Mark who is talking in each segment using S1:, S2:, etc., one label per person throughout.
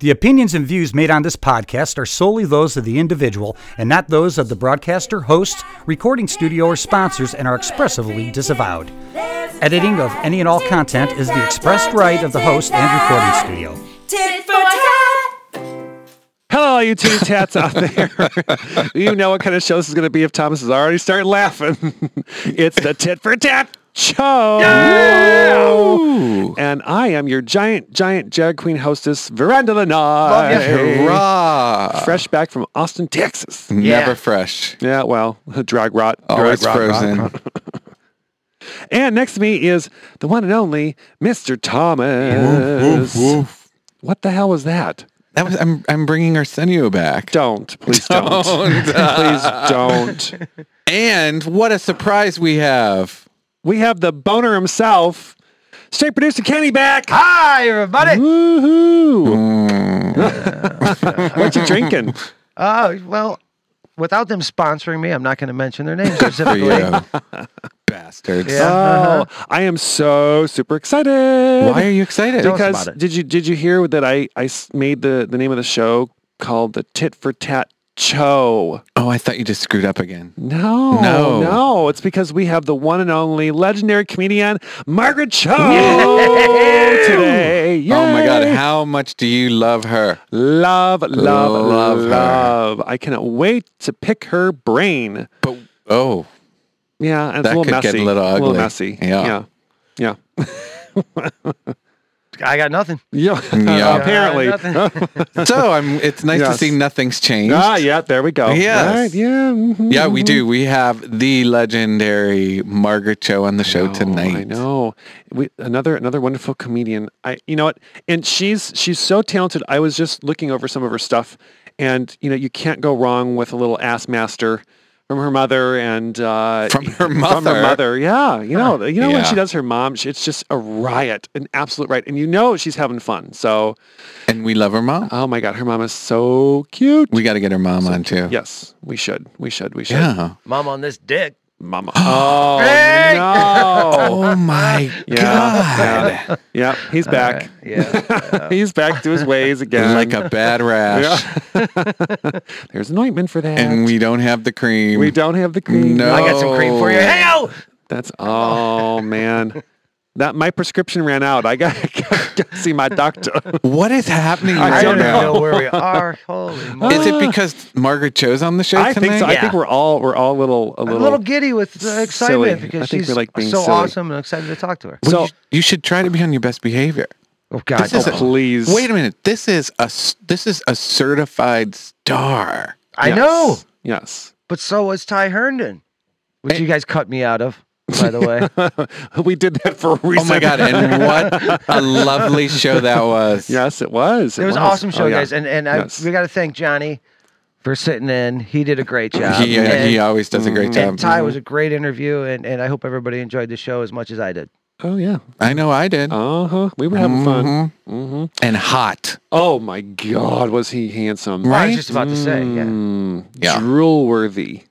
S1: The opinions and views made on this podcast are solely those of the individual and not those of the broadcaster, host, recording studio, or sponsors and are expressively disavowed. Editing of any and all content is the expressed right of the host and recording studio.
S2: Tit for tat.
S3: Hello, all you two tats out there. you know what kind of show this is going to be if Thomas has already started laughing. it's the Tit for Tat Show. And I am your giant, giant drag queen hostess, Veranda Lanai.
S4: Hurrah!
S3: Fresh back from Austin, Texas.
S4: Never fresh.
S3: Yeah, well, drag rot. drag
S4: Always
S3: rot, rot.
S4: Oh, frozen.
S3: And next to me is the one and only Mr. Thomas.
S4: Woof, woof.
S3: What the hell was that?
S4: That was I'm I'm bringing Arsenio back.
S3: Don't. Please don't. please don't.
S4: And what a surprise we have.
S3: we have the boner himself, state producer Kenny back.
S5: Hi, everybody.
S3: Woohoo! what you drinking?
S5: Uh, well, without them sponsoring me, I'm not going to mention their names
S4: For
S5: specifically.
S4: you. Bastards.
S5: Yeah.
S3: Oh, I am so super excited.
S4: Why are you excited?
S5: Don't- us
S3: Because
S5: about it.
S3: did you did you hear that I I s- made the the name of the show called the Tit for Tat Cho?
S4: Oh, I thought you just screwed up again.
S3: No,
S4: No.
S3: no. It's because we have the one and only legendary comedian Margaret Cho today.
S4: Oh my god,
S3: Yay!
S4: how much do you love her?
S3: Love, love,
S4: Love
S3: love,
S4: her.
S3: love. I cannot wait to pick her brain.
S4: But oh,
S3: Yeah, and it's
S4: That
S3: a little
S4: could
S3: messy.
S4: get a little
S3: A little
S4: ugly.
S3: messy.
S4: Yeah.
S3: yeah,
S5: I got nothing.
S3: yeah.
S4: Yeah.
S3: Apparently.
S5: I got nothing.
S4: so I'm it's nice to
S3: Yes.
S4: see nothing's changed.
S3: ah, yeah. There we go.
S4: Yes.
S3: Right, yeah. mhm.
S4: Yeah,
S5: Mm-hmm.
S4: we do. We have the legendary Margaret Cho on the show
S3: Oh,
S4: tonight.
S3: I know. We, another another wonderful comedian. I you know what? And she's she's so talented. I was just looking over some of her stuff, and you know you can't go wrong with a little ass master from her mother and uh,
S4: From her
S3: from her
S4: mother?
S3: mother. Yeah, you know you know when
S4: Yeah.
S3: she does her mom, she, it's just a riot, an absolute riot, and you know she's having fun. So
S4: And we love her mom.
S3: oh my god, her mom is so cute.
S4: We got to get her mom on too.
S3: Yes, we should. We should. We should.
S4: Yeah.
S5: Mom on this dick.
S3: Mama. Oh,
S5: Hey!
S3: no.
S4: Oh my
S3: Ah, Yeah. yeah. Yeah. He's back.
S5: Yeah.
S3: He's back to his ways again.
S4: Like a bad rash.
S3: There's an ointment for that.
S4: And we don't have the cream.
S3: we don't have the cream.
S4: No.
S5: I got some cream for you.
S4: Oh.
S5: Hey, yo!
S3: That's oh man. That my prescription ran out. I got to see my doctor.
S4: What is happening
S5: I
S4: right
S5: don't even
S4: now?
S5: know where we are. Holy moly.
S4: Is it because Margaret Cho's on the show
S3: I think
S4: tonight?
S3: so. I
S5: Yeah.
S3: think we're all we're all little a
S5: I'm a
S3: little,
S5: little giddy with uh, excitement
S3: silly. I
S5: because
S3: think
S5: she's
S3: we like being
S5: so
S3: silly.
S5: awesome and excited to talk to her.
S4: Well,
S3: So-
S4: you, you should try to be on your best behavior.
S5: Oh, God.
S4: This is
S5: oh,
S4: a-
S3: please.
S4: Wait a minute. This is a s- this is a certified star.
S5: I know,
S3: Yes.
S5: but so was Ty Herndon, which you guys cut me out of, by the way.
S3: we did that for a
S4: Oh
S3: reason.
S4: my god! And what a lovely show that was.
S3: Yes, it was.
S5: It was an awesome show,
S3: Oh, yeah.
S5: guys, and and
S3: Yes.
S5: I, we got to thank Johnny for sitting in. He did a great job.
S4: He, uh,
S5: and,
S4: he always does a great
S3: Mm-hmm.
S5: and
S4: job.
S5: Ty was a great interview, and, and I hope everybody enjoyed the show as much as I did.
S3: Oh yeah.
S4: I know I did.
S3: Uh huh. We were having fun. Mm-hmm.
S4: And hot.
S3: Oh my God, was he handsome?
S4: Right?
S5: I was just about to say, yeah.
S3: Mm,
S4: Yeah.
S3: Drool worthy.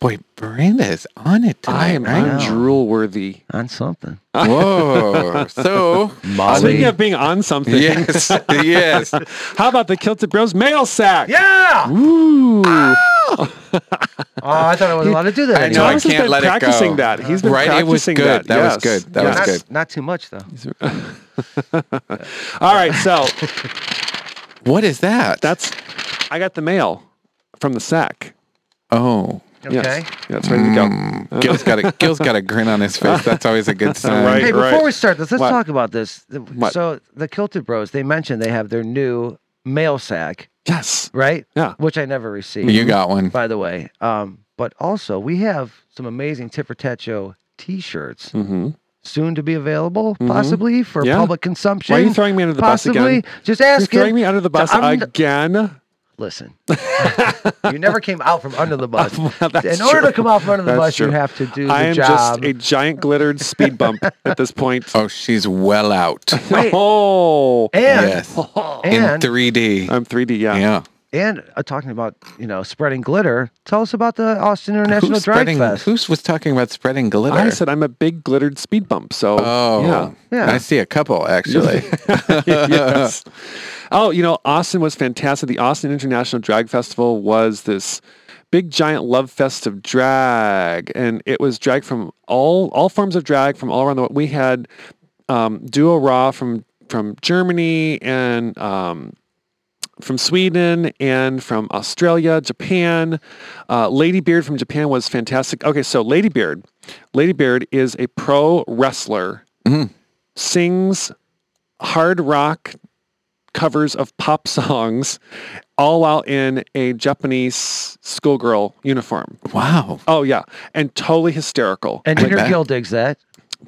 S4: Boy, Brenda is on it tonight.
S3: I am.
S4: right?
S3: I'm drool worthy.
S5: on something.
S4: Whoa. So,
S3: Speaking of being on something,
S4: yes, yes.
S3: how about the Kilted Bros mail sack?
S5: Yeah.
S3: Ooh.
S5: Oh, I thought I wasn't allowed to do that.
S4: I know.
S5: anymore.
S4: I
S3: Thomas has
S4: can't
S3: been
S4: let it go.
S3: practicing that. He's been
S4: right. It was
S3: practicing
S4: good. That,
S3: that,
S4: was
S3: yes.
S4: good. That
S3: Yes.
S4: was
S5: Not,
S4: good.
S5: not too much though.
S3: All right. So
S4: What is that?
S3: that's, I got the mail from the sack.
S4: oh.
S5: Okay.
S3: Yes. Yeah, it's ready to
S5: Mm.
S3: go.
S4: Gil's got a Gil's got a grin on his face. That's always a good sign.
S3: Right.
S5: Hey, before
S3: right.
S5: we start this, let's
S3: What?
S5: talk about this. The-
S3: What?
S5: So the Kilted Bros, they mentioned they have their new mail sack,
S3: Yes.
S5: right?
S3: Yeah.
S5: Which I never received.
S4: You got one.
S5: by the way. Um, but also, we have some amazing Tit for Tat Show T-shirts
S3: Mm-hmm.
S5: soon to be available, possibly for
S3: Yeah.
S5: public consumption.
S3: Why are you throwing me under the bus
S5: possibly?
S3: again?
S5: Just
S3: You're
S5: asking.
S3: throwing me under the bus
S5: I'm n-
S3: again.
S5: Listen, you never came out from under the bus.
S3: that's
S5: In order to
S3: true.
S5: come out from under the
S3: That's
S5: bus,
S3: true.
S5: you have to do the
S3: I am
S5: job.
S3: just a giant glittered speed bump at this point.
S4: Oh, she's well out.
S5: Wait,
S3: Oh.
S5: and
S4: yes.
S5: and
S4: In 3D.
S3: I'm 3D. Yeah.
S4: yeah.
S5: and uh, talking about you know spreading glitter. Tell us about the Austin International
S4: who's
S5: Drag
S4: spreading,
S5: Fest.
S4: who's was talking about spreading glitter?
S3: I said I'm a big glittered speed bump. So
S4: oh,
S3: yeah.
S5: Yeah.
S4: I see a couple actually.
S3: yes. Oh, you know, Austin was fantastic. The Austin International Drag Festival was this big giant love fest of drag, and it was drag from all all forms of drag from all around the world. We had um, duo raw from from Germany and um, from Sweden and from Australia, Japan. Uh, Lady Beard from Japan was fantastic. Okay, so Lady Beard, Lady Beard is a pro wrestler, sings hard rock covers of pop songs, all while in a Japanese schoolgirl uniform.
S4: wow.
S3: Oh yeah, and totally hysterical
S5: and Peter Gill digs that.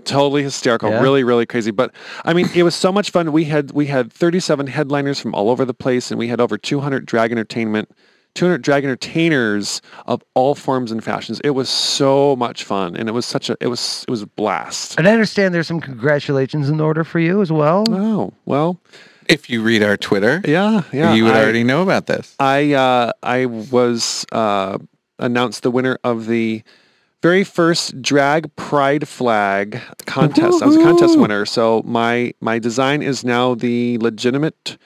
S3: totally hysterical
S5: Yeah.
S3: really really crazy but i mean it was so much fun we had we had 37 headliners from all over the place and we had over 200 drag entertainment 200 drag entertainers of all forms and fashions it was so much fun and it was such a it was it was a blast
S5: And I understand there's some congratulations in order for you as well.
S3: oh well
S4: If you read our Twitter,
S3: yeah yeah
S4: you would
S3: I-
S4: already know about this.
S3: I uh, I was uh, announced the winner of the very first drag pride flag contest. I was a contest winner, so my my design is now the legitimate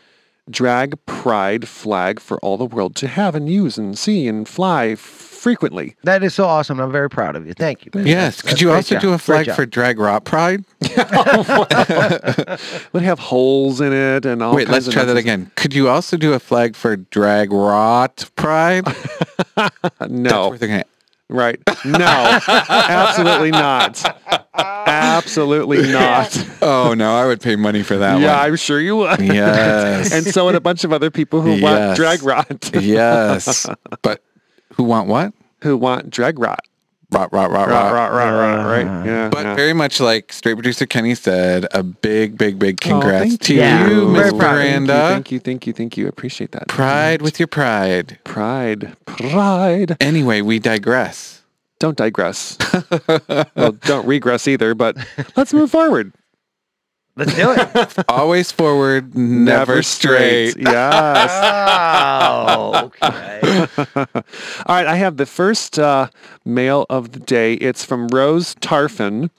S3: drag pride flag for all the world to have and use and see and fly frequently.
S5: That is so awesome. I'm very proud of you. Thank you.
S4: Yes. Could you
S5: great
S4: also
S5: job.
S4: do a
S5: Great
S4: flag
S5: job.
S4: for Drag Rock Pride?
S3: Would have holes in it and all.
S4: Wait,
S3: kinds
S4: let's
S3: of
S4: try that
S3: nonsense.
S4: again. Could you also do a flag for Drag Rot Pride?
S3: No,
S4: That's worth a-
S3: right? No, absolutely not. Absolutely not.
S4: Oh no, I would pay money for that
S3: yeah,
S4: one.
S3: I'm sure you would.
S4: Yes.
S3: and so would a bunch of other people who want
S4: Yes.
S3: drag rot.
S4: yes. But who want what?
S3: who want drag rot.
S4: Rot, rot, rot,
S3: Rot, rot,
S4: rot.
S3: rot, rot, right? Yeah.
S4: Uh-huh. But
S3: yeah.
S4: very much like straight producer Kenny said, a big, big, big congrats
S3: Oh, thank
S4: to
S3: you.
S4: you,
S5: Yeah. Very
S4: Miss
S5: proud. Thank
S4: Miranda.
S3: Thank you, thank you, thank you. Appreciate that.
S4: Pride with your pride.
S3: Pride. Pride.
S4: Anyway, we digress.
S3: Don't digress. well, don't regress either, but let's move forward.
S5: Let's do it.
S4: Always forward, never, straight.
S3: Yes.
S5: oh, okay.
S3: All right, I have the first uh, mail of the day. It's from Rose Tarfin.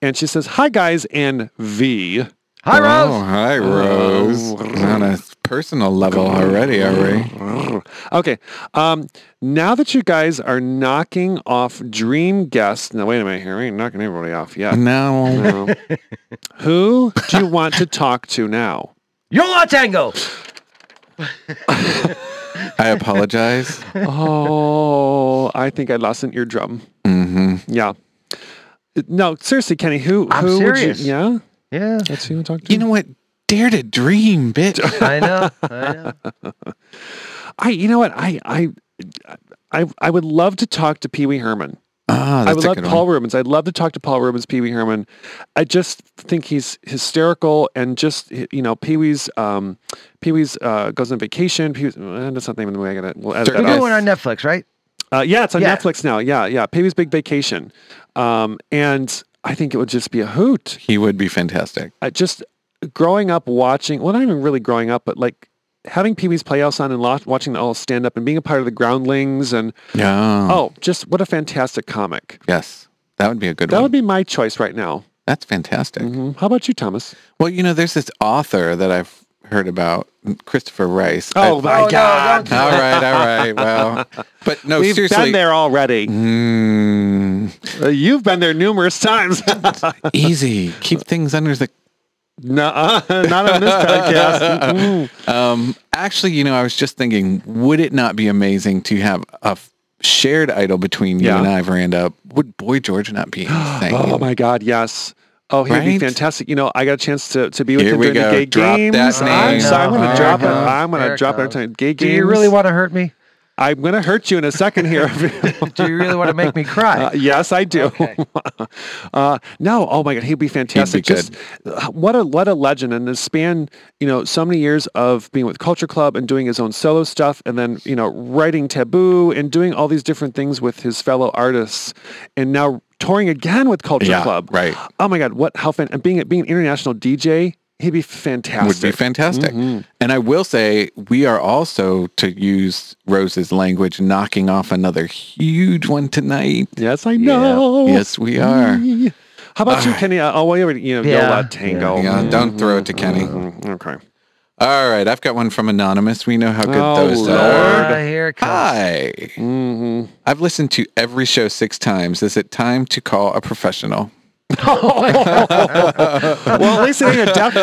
S3: And she says, hi guys and V.
S5: Hi,
S4: Oh,
S5: Rose.
S4: hi, Rose.
S3: Oh,
S4: On a personal level already, are we?
S3: Mm. Okay. Um, now that you guys are knocking off dream guests, now wait a minute here. We ain't knocking everybody off yet.
S4: No.
S3: No. Who do you want to talk to now?
S5: Yola Tango.
S4: I apologize.
S3: Oh, I think I lost an eardrum. Mm-hmm. Yeah. No, seriously, Kenny. Who?
S5: I'm
S3: who
S5: serious.
S3: Would you, yeah,
S5: Yeah.
S3: that's who you talk to.
S4: You know what? Dare to dream, bitch.
S5: I know. I know.
S3: I. You know what? I. I. I. I would love to talk to Pee Wee Herman.
S4: Ah, that's
S3: I would
S4: a
S3: love
S4: good
S3: Paul
S4: one.
S3: Rubens. I'd love to talk to Paul Rubens, Pee Wee Herman. I just think he's hysterical and just you know Pee Wee's um, Pee Wee's uh, goes on vacation. Pee Wee's uh, that's not the name of the movie. I gotta we'll edit
S4: Sure.
S3: that
S5: We're
S4: We're
S3: out.
S5: doing on Netflix, right?
S3: Uh, yeah, it's on
S5: Yeah.
S3: Netflix now. Yeah, yeah. Pee Wee's Big Vacation, um, and I think it would just be a hoot.
S4: He would be fantastic.
S3: I just growing up watching. Well, not even really growing up, but like having Pee Wee's Playhouse on and lo- watching the all stand up and being a part of the Groundlings and
S4: Yeah.
S3: oh, just what a fantastic comic.
S4: Yes. That would be a good
S3: That
S4: one.
S3: would be my choice right now.
S4: That's fantastic.
S3: Mhm. How about you, Thomas?
S4: Well, you know, there's this author that I've heard about, Christopher Rice. I-
S3: Oh, my
S5: no,
S3: God!
S4: all right, all right. Well, but no,
S3: We've
S4: seriously.
S3: been there already.
S4: Mm,
S3: Mm-hmm. Uh, you've been there numerous times.
S4: easy. Keep things under the
S3: no, not on this podcast. Mm-mm.
S4: Um, actually, you know, I was just thinking, would it not be amazing to have a f- shared idol between you
S3: Yeah.
S4: and I, Veranda? Would Boy George not be insane?
S3: Oh my God, yes. Oh, he'd be
S4: Right?
S3: fantastic. You know, I got a chance to, to be with
S4: Here
S3: him
S4: we
S3: during the
S4: go.
S3: gay
S4: Drop that
S3: games. I'm
S4: name.
S3: sorry, I'm
S5: Here
S3: gonna
S5: it
S3: drop it.
S5: comes.
S3: I'm gonna
S5: Here it
S3: drop it every
S5: comes.
S3: time. Gay
S5: Do
S3: games.
S5: you really want to hurt me?
S3: I'm gonna hurt you in a second here.
S5: Do you really want to make me
S3: Uh,
S5: cry?
S3: yes, I do. uh, no, oh my God, he'd be fantastic.
S4: good.
S3: Just uh, what a what a legend, and the span, you know, so many years of being with Culture Club and doing his own solo stuff, and then you know, writing Taboo and doing all these different things with his fellow artists, and now touring again with Culture
S4: Yeah,
S3: Club.
S4: right.
S3: Oh my God, what how fan and being being an international DJ He'd be fantastic. Mm-hmm.
S4: would be fantastic. And I will say, we are also, to use Rose's language, knocking off another huge one tonight.
S3: Yes, Mm-hmm. I know.
S4: Yes, we are.
S3: How about you, Kenny? Uh, Oh, well, you already, you know,
S5: Yeah.
S3: Yola Tango.
S4: Yeah, don't throw it to Kenny.
S3: Mm, Okay.
S4: All right, I've got one from Anonymous. We know how good
S3: Oh,
S4: those
S3: Lord.
S4: are.
S5: Ah, here it comes.
S4: Hi.
S3: Mm-hmm.
S4: I've listened to every show six times. Is it time to call a professional?
S3: well, at least it ain't a death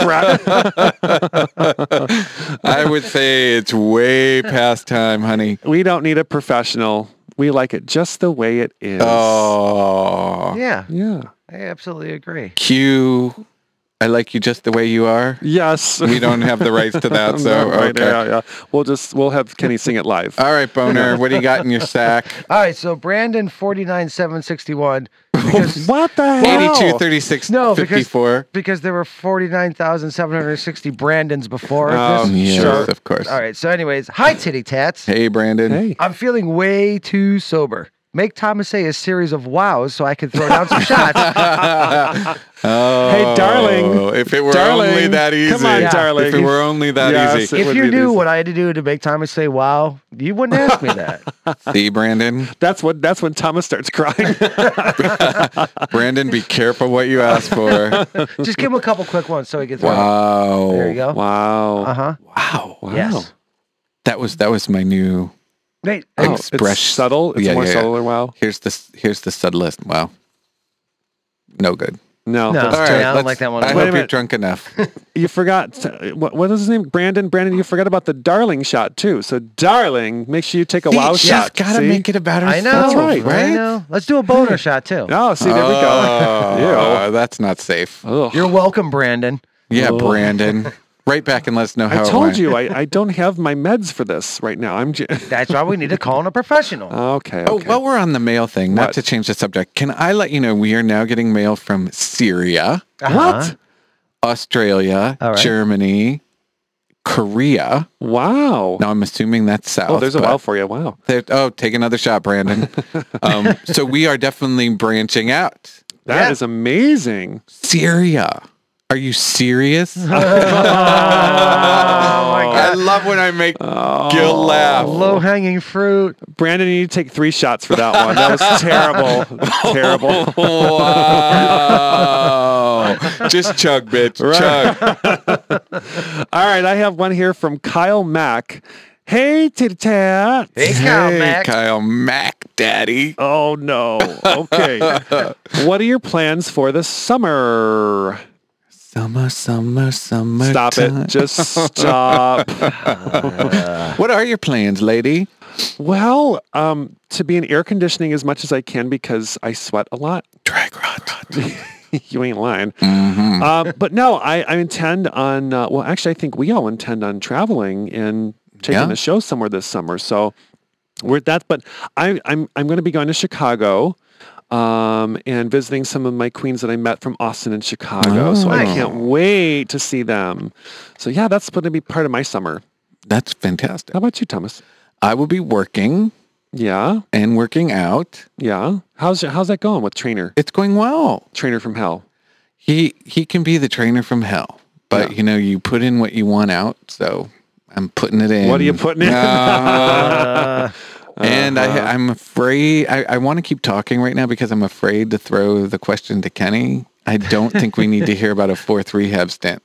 S3: threat.
S4: I would say it's way past time, honey.
S3: we don't need a professional. We like it just the way it is.
S4: Oh.
S5: Yeah,
S3: Yeah.
S5: I absolutely agree.
S4: Q, I like you just the way you are.
S3: Yes.
S4: We don't have the rights to that,
S3: No,
S4: so
S3: right,
S4: okay. Uh,
S3: yeah, yeah. We'll just we'll have Kenny sing it live.
S4: All right, boner, what do you got in your sack?
S5: All right, so Brandon forty nine seven sixty one because
S3: what the hell?
S4: 82, 36,
S5: No, because-
S4: 54.
S5: because there were forty nine thousand seven hundred sixty Brandons before
S3: Oh,
S5: this.
S4: Yes,
S3: Sure.
S4: of course.
S5: All right, so anyways, hi titty tats.
S4: Hey, Brandon.
S3: Hey.
S5: I'm feeling way too sober. Make Thomas say a series of wows so I can throw down some shots.
S4: Oh,
S3: Hey, darling.
S4: If it were
S3: Darling.
S4: only that easy.
S3: Come on, darling.
S4: If it were only that
S3: Yes.
S4: easy.
S3: It
S5: if
S3: would
S5: you
S3: be
S5: knew
S3: easy.
S5: what I had to do to make Thomas say wow, you wouldn't ask me that.
S4: See, Brandon.
S3: That's what that's when Thomas starts crying.
S4: Brandon, be careful what you ask for.
S5: Just give him a couple quick ones so he can throw.
S4: Oh, Wow.
S5: There you go.
S3: wow.
S5: Uh huh.
S4: Wow.
S5: Yes.
S4: That was that was my new
S5: Wait,
S3: Oh,
S4: Express-
S3: it's subtle. It's
S4: Yeah,
S3: more
S4: yeah, yeah.
S3: subtle. Wow.
S4: here's the s- here's the subtlist. Wow. No good.
S3: No.
S5: No.
S3: that's-
S5: All right. I don't
S4: let's-
S5: like that one.
S4: I
S5: Wait
S3: a
S4: hope you're
S3: minute.
S4: drunk enough.
S3: You forgot to- what, what was his name? Brandon. Brandon. You forgot about the darling shot too. So darling, make sure you take a wow
S4: She's
S3: shot.
S4: gotta
S3: see?
S4: make it about herself.
S5: I know.
S3: That's right,
S5: I
S4: right?
S5: know. Let's do a boner shot too.
S3: Oh, see, there we go. Oh.
S4: Oh, that's not safe.
S3: Ew. Ugh.
S5: You're welcome, Brandon.
S4: Yeah, Brandon. Right back and let us know how
S3: I
S4: it
S3: told
S4: went.
S3: you I, I don't have my meds for this right now. I'm j-
S5: That's why we need to call in a professional.
S3: okay.
S4: Oh,
S3: okay.
S4: while we're on the mail thing, not
S3: What?
S4: to change the subject, can I let you know we are now getting mail from Syria,
S5: Uh-huh.
S4: Australia,
S5: All right.
S4: Germany, Korea.
S3: Wow.
S4: Now I'm assuming that's south.
S3: oh, there's a
S4: but-
S3: wow for you. Wow.
S4: There- oh, take another shot, Brandon. um, so we are definitely branching out.
S3: That is
S5: Yeah.
S3: amazing.
S4: Syria. Are you serious? I love when I make Gil laugh.
S5: Low hanging fruit.
S3: Brandon, you need to take three shots for that one. That was terrible. terrible.
S4: Wow. Just chug, bitch. Chug.
S3: All right, I have one here from Kyle Mack. Hey, titty tat.
S5: Hey, Kyle
S4: Hey,
S5: Mac.
S4: Kyle Mac, daddy.
S3: Oh no. Okay. what are your plans for the summer?
S4: Summer, summer, summer.
S3: Stop it. Just stop.
S4: What are your plans, lady?
S3: well, um, to be in air conditioning as much as I can because I sweat a lot.
S4: Drag rot.
S3: you ain't lying. Uh, but no, I, I intend on, uh, well, actually, I think we all intend on traveling and taking
S4: Yeah.
S3: the show somewhere this summer. So we're at that, but I, I'm, I'm going to be going to Chicago um, and visiting some of my queens that I met from Austin and Chicago. so I
S5: Oh.
S3: can't wait to see them. So yeah, that's going to be part of my summer.
S4: That's fantastic.
S3: How about you, Thomas?
S4: I will be working
S3: Yeah.
S4: and working out.
S3: Yeah. How's, how's that going with trainer?
S4: It's going well.
S3: Trainer from hell.
S4: He he can be the trainer from hell, but you know you put in what you want out. So I'm putting it in.
S3: What are you putting in? Uh-huh.
S4: Uh, and I, I'm afraid I, I want to keep talking right now because I'm afraid to throw the question to Kenny. I don't think we need to hear about a fourth rehab stint.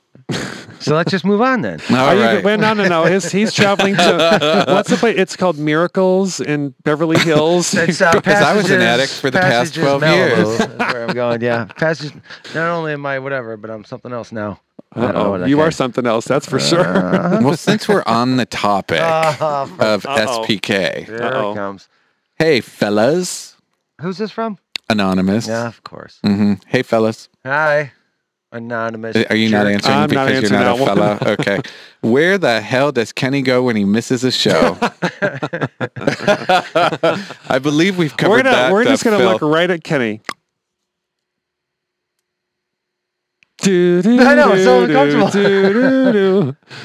S5: So let's just move on then.
S4: All
S3: Are you
S4: right.
S3: go- wait, no, no, no. He's, he's traveling to what's the place? It's called Miracles in Beverly Hills.
S5: It's, uh,
S4: Because I was an
S5: Passages-
S4: addict for the past
S5: Passages
S4: 12
S5: Malibu
S4: years.
S5: is where I'm going, yeah. Passage. Not only am I whatever, but I'm something else now. I don't know
S3: Uh-oh,
S5: what I Uh,
S3: you are
S5: can-
S3: something else, that's for sure.
S4: well, since we're on the topic
S5: Uh,
S4: of
S3: Uh-oh.
S4: SPK,
S5: Here
S3: Uh-oh.
S5: it comes.
S4: hey, fellas,
S5: Who's this from?
S4: anonymous.
S5: Yeah, of course.
S4: hmm Hey, fellas.
S5: Hi, anonymous.
S4: Are you not
S5: jerk.
S4: answering
S3: I'm not
S4: because
S3: answering
S4: you're not a
S3: that
S4: fella? Okay. Where the hell does Kenny go when he misses a show? I believe we've covered
S3: We're gonna
S4: that.
S3: we're
S4: the
S3: just gonna
S4: Phil-
S3: look right at Kenny. Do, do,
S5: I know, it's so
S3: do, do,
S5: uncomfortable.
S3: do, do,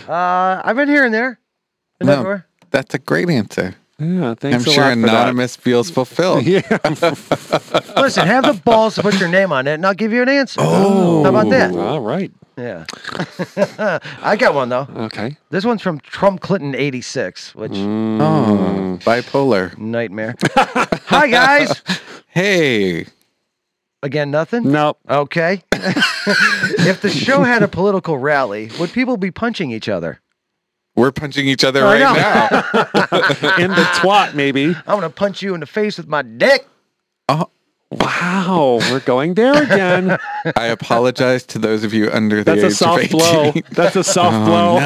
S3: do.
S5: Uh, I've been here and there. And
S4: No.
S5: everywhere.
S4: That's a great answer.
S3: Yeah, thanks.
S4: I'm
S3: a
S4: sure
S3: lot for that.
S4: anonymous feels fulfilled.
S5: Listen, have the balls to put your name on it, and I'll give you an answer. Oh, how about that?
S3: All right.
S5: Yeah. I got one though.
S3: Okay.
S5: This one's from Trump Clinton 86, which
S4: Oh, bipolar.
S5: nightmare. Hi guys.
S4: Hey,
S5: Again, nothing?
S3: Nope.
S5: Okay. if the show had a political rally, would people be punching each other?
S4: we're punching each other right
S5: know.
S4: now.
S3: In the twat, maybe.
S5: I'm gonna punch you in the face with my dick.
S3: Wow, we're going there again.
S4: I apologize to those of you under the
S3: That's
S4: age
S3: a soft
S4: of 18.
S3: blow. That's a soft blow.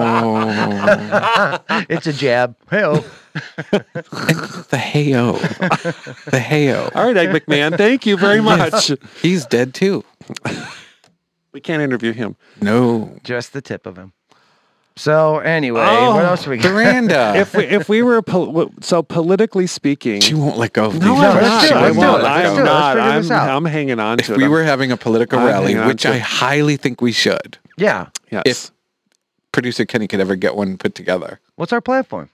S4: Oh,
S5: It's a jab. Hell.
S4: the heyo, the heyo.
S3: All right, Egg McMahon, thank you very much.
S4: He's dead too.
S3: We can't interview him.
S4: No,
S5: Just the tip of him. So anyway,
S3: Oh,
S5: what else we got?
S4: Miranda.
S3: If we, if we were pol- so politically speaking,
S4: she won't let go. Of
S3: No,
S4: me.
S3: I'm
S5: let's do
S3: not.
S5: it,
S3: I
S4: She
S5: let's do
S4: won't
S5: it,
S3: won't.
S4: let
S3: I
S5: let's
S4: go.
S3: am
S5: do it, let's
S3: not.
S5: figure
S3: I'm,
S5: this out.
S3: I'm hanging on
S4: If
S3: to
S4: we
S3: it.
S4: were having a political
S3: I'm
S4: rally,
S3: hanging on
S4: which
S3: to
S4: I
S3: it.
S4: highly think we should,
S5: Yeah.
S3: yes.
S4: if producer Kenny could ever get one put together,
S5: What's our platform?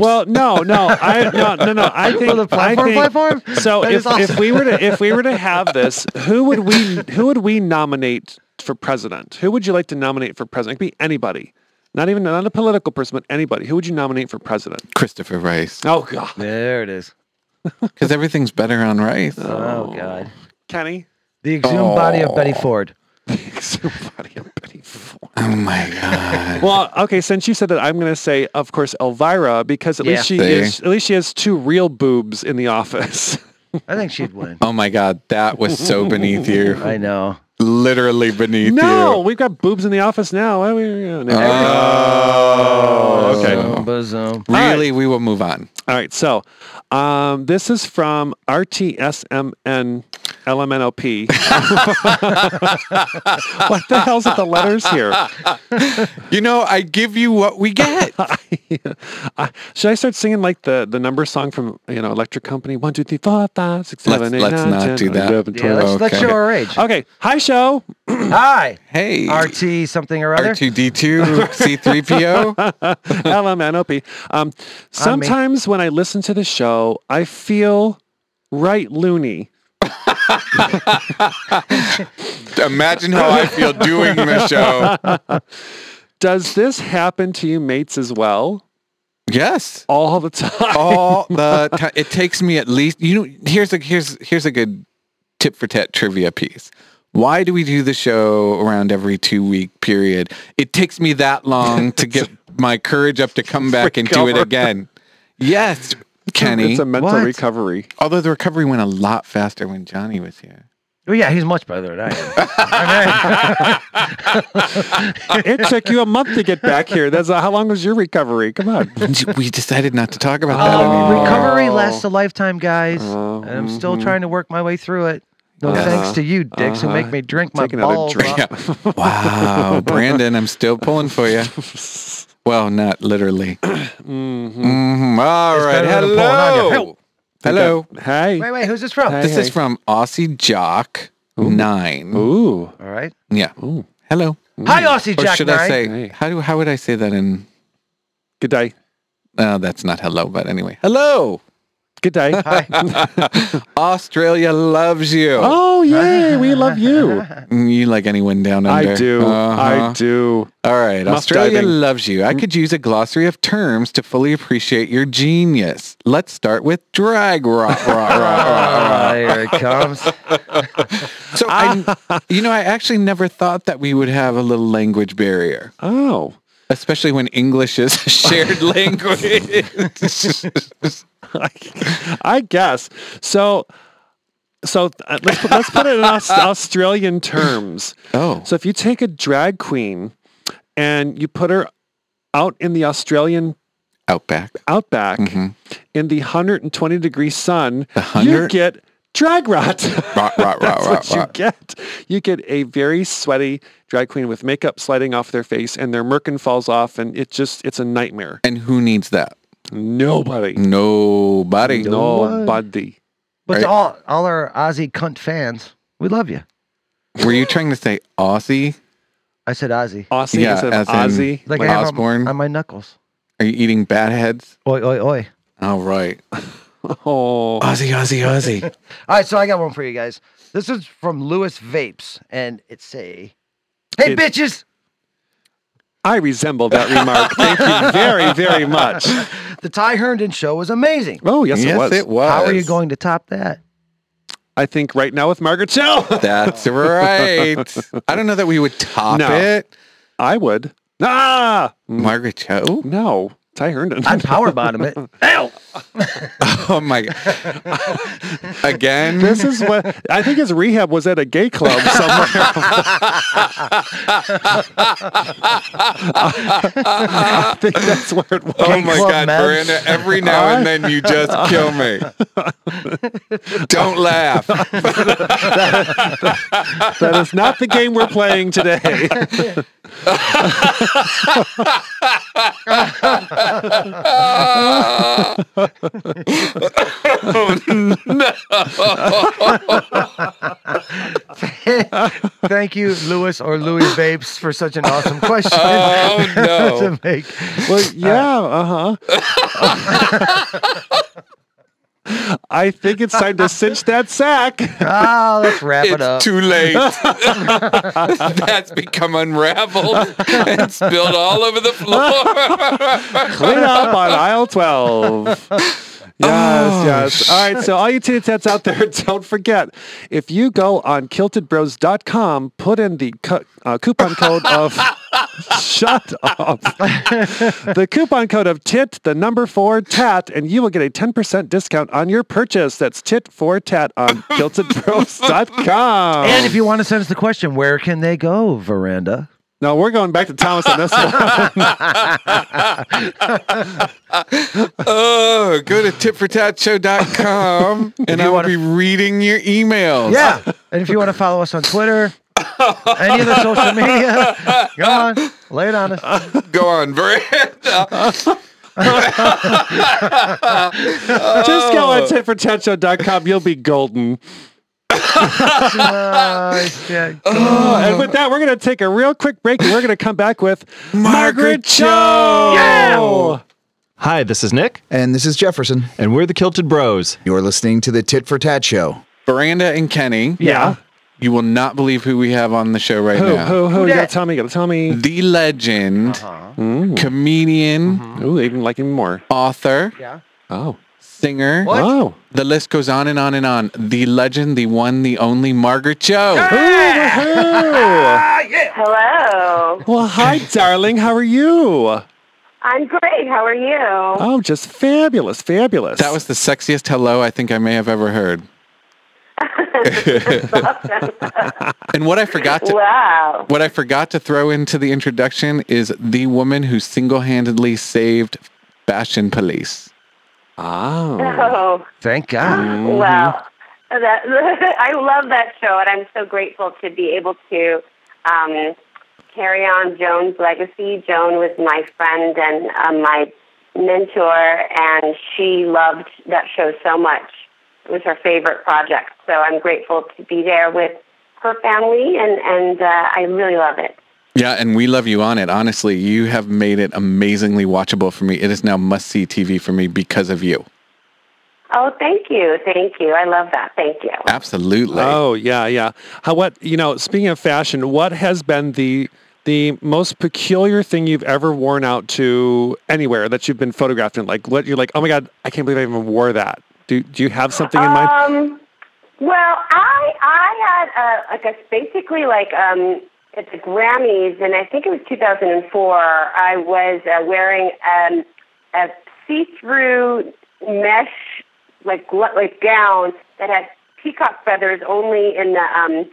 S3: Well, no, no, I no, no, no. I think
S5: the
S3: I
S5: platform
S3: think,
S5: platform?
S3: So
S5: That
S3: if,
S5: is
S3: if
S5: awesome.
S3: we were to if we were to have this, who would we who would we nominate for president? Who would you like to nominate for president? It could be anybody, not even not a political person, but anybody. Who would you nominate for president?
S4: Christopher Rice,
S3: Oh God,
S5: There it is.
S4: because everything's better on Rice.
S3: Uh,
S5: Oh God.
S3: Kenny.
S5: The exhumed body of Betty Ford.
S3: Somebody, somebody for-
S4: Oh my god.
S3: well, okay. Since you said that, I'm going to say, of course, Elvira, because at least she
S5: Yeah.
S4: See?
S3: is, at least she has two real boobs in the office.
S5: I think she'd win.
S4: Oh my god, that was so beneath you.
S5: I know.
S4: Literally beneath
S3: no,
S4: you.
S3: we've got boobs in the office now. Why we- yeah, no.
S4: Uh. Oh,
S3: Okay.
S5: Boom, boom.
S4: Really, we will move on.
S3: All right. So um, this is from RTSMN LMNOP. what the hell's with the letters here?
S4: You know, I give you what we get.
S3: I- Uh, should I start singing like the, the number song from you know Electric Company? One, two, three, four, five, six,
S4: Let's-
S3: seven, eight,
S4: let's
S3: nine,
S4: not
S3: 10,
S4: do that.
S3: 11,
S5: Yeah, let's, let's
S4: Okay.
S5: show our age.
S3: Okay. Um, Hi, show.
S5: Hi.
S4: Hey,
S5: RT something or other.
S4: R2D2, C3PO.
S3: LMNOP. Um, sometimes when I listen to the show, I feel right loony.
S4: Imagine how I feel doing the show.
S3: Does this happen to you mates as well?
S4: Yes.
S3: All the time.
S4: All the time. It takes me at least, you know, here's a, here's, here's a good tip for tat trivia piece. Why do we do the show around every two week period? It takes me that long to get my courage up to come back and do it
S3: Recover.
S4: again. Yes, Kenny.
S3: It's a mental
S5: What?
S3: recovery.
S4: Although the recovery went a lot faster when Johnny was here.
S5: Oh yeah, he's much better than I am.
S3: it took you a month to get back here. That's uh, how long was your recovery? Come on.
S4: we decided not to talk about that anymore.
S5: Recovery lasts a lifetime, guys. and I'm still trying to work my way through it. No thanks to you, dicks, who make me drink my
S3: Take another
S5: balls.
S3: drink.
S5: off.
S4: Yeah. Wow, Brandon, I'm still pulling for you. Well, not literally.
S3: Mm-hmm.
S4: Mhm. All right.
S5: better than pulling on your
S4: Hello.
S5: help.
S4: Hello.
S3: Hey.
S5: Wait, wait, who's this from?
S4: This is from Aussie Jock Nine.
S3: Ooh.
S5: All right.
S4: Yeah. Hello.
S5: Hi, Aussie
S4: Or
S5: Jack.
S4: should I
S5: Knight.
S4: say
S3: Hey.
S4: how do how would I say that in?
S3: Good day.
S4: No, that's not hello, but anyway, hello.
S3: Good day.
S4: Australia loves you.
S3: Oh, yay. We love you.
S4: You like anyone down under?
S3: I do.
S4: Uh-huh.
S3: I do.
S4: All right.
S3: Muff
S4: Australia
S3: diving. Mm.
S4: loves you. I could use a glossary of terms to fully appreciate your genius. Let's start with drag rock. rock, rock, rock.
S5: Ah, here it comes.
S4: So,
S3: Ah.
S4: I, you know, I actually never thought that we would have a little language barrier,
S3: Oh.
S4: especially when English is a shared language.
S3: I guess. So. So uh, let's put, let's put it in Aus- Australian terms.
S4: Oh.
S3: So if you take a drag queen and you put her out in the Australian
S4: Outback.
S3: outback
S4: Mm-hmm.
S3: in the 120 degree sun, you
S4: 100?
S3: get drag rot.
S4: Rock, rock, rock,
S3: That's
S4: rock,
S3: what you
S4: rock.
S3: get. You get a very sweaty drag queen with makeup sliding off their face and their merkin falls off and it just it's a nightmare.
S4: And who needs that?
S3: Nobody.
S4: Nobody.
S3: Nobody.
S5: But
S4: Right.
S5: to all all our Aussie cunt fans, we love you.
S4: Were you trying to say Aussie?
S5: I said Aussie.
S3: Aussie
S4: Yeah,
S3: is an
S4: as in-
S3: Aussie.
S5: Like
S4: Like
S5: I have um,
S4: Osborne?
S5: on, on my knuckles.
S4: Are you eating bat heads?
S5: Oi, oi, oi.
S4: All right.
S3: oh.
S4: Aussie, Aussie, Aussie.
S5: All right, so I got one for you guys. This is from Lewis Vapes, and it's a Hey
S3: It-
S5: bitches!
S3: I resemble that remark. Thank you very, very much.
S5: The Ty Herndon show was amazing.
S3: Oh, yes, it was.
S5: How are you going to top that?
S3: I think right now with Margaret Cho,
S4: That's right. I don't know that we would top
S3: No.
S4: it.
S3: I would. Ah,
S4: Margaret Cho.
S3: no, Ty Herndon.
S5: I power bottom it.
S4: Oh my god. Again.
S3: this is what I think his rehab was at a gay club somewhere. I think that's where it was.
S4: Oh my
S5: Club
S4: god,
S5: Med.
S4: Miranda, every now and then you just kill me. Don't laugh.
S3: That is not the game we're playing today.
S5: Thank you, Lewis or Louis Vapes, for such an awesome question.
S4: Oh no.
S5: to make.
S3: Well, yeah, uh huh. uh-huh. I think it's time to cinch that sack.
S5: Ah, let's wrap it up.
S4: It's too late. That's become unraveled and spilled all over the floor.
S3: Clean up on aisle 12. Yes,
S5: Oh,
S3: yes. All right, so all you titty tats out there, don't forget, if you go on kiltedbros.com, put in the co- uh, coupon code of... Shut up. the coupon code of TIT, the number four TAT, and you will get a 10% discount on your purchase. That's TIT for TAT on kiltedbros.com.
S5: and if you want to send us the question, where can they go, Veranda?
S3: No, we're going back to Thomas on this one.
S4: oh, go to tipfortatshow.com and
S5: you
S4: I will
S5: wanna-
S4: be reading your emails.
S5: Yeah. And if you want to follow us on Twitter, any of the social media, go on, lay it on us.
S4: Go on, Veranda.
S3: Just go
S5: Oh.
S3: on titfortatshow.com. You'll be golden.
S5: Uh, yeah.
S3: and with that, we're going to take a real quick break and we're going to come back with
S4: Margaret
S3: Cho.
S6: Hi, this is Nick,
S7: And this is Jefferson.
S6: and we're the Kilted Bros.
S7: You're listening to the Tit for Tat Show.
S4: Veranda and Kenny.
S3: Yeah.
S4: You will not believe who we have on the show right
S3: Who,
S4: now.
S3: who, who?
S5: Who
S3: You gotta
S5: dat?
S3: tell me. You gotta tell me.
S4: The legend, comedian,
S3: Ooh, they even like him more.
S4: author,
S3: Mm-hmm. Oh.
S4: singer.
S3: Oh.
S4: The list goes on and on and on. The legend, the one, the only Margaret Cho.
S3: Woohoo.
S2: Hello.
S3: well, hi, darling. How are you?
S2: I'm great. How are you?
S3: Oh, just fabulous. Fabulous.
S4: That was the sexiest hello I think I may have ever heard. and what I forgot to
S2: Wow.
S4: what I forgot to throw into the introduction is the woman who single-handedly saved Fashion Police.
S3: Oh.
S2: Oh,
S5: Thank God.
S2: wow. That, I love that show, and I'm so grateful to be able to um, carry on Joan's legacy. Joan was my friend and um, my mentor, and she loved that show so much. It was her favorite project, so I'm grateful to be there with her family, and, and uh, I really love it.
S4: Yeah, and we love you on it. Honestly, you have made it amazingly watchable for me. It is now must-see TV for me because of you.
S2: Oh, thank you. Thank you. I love that. Thank you.
S4: Absolutely.
S3: Oh, yeah, yeah. How, what, you know, speaking of fashion, what has been the. The most peculiar thing you've ever worn out to anywhere that you've been photographed in, like what you're like, oh my god, I can't believe I even wore that. Do do you have something in mind?
S2: Um, well, I I had a, like a basically like um at the Grammys, and I think it was 2004. I was uh, wearing um a see-through mesh like gl- like gown that had peacock feathers only in the um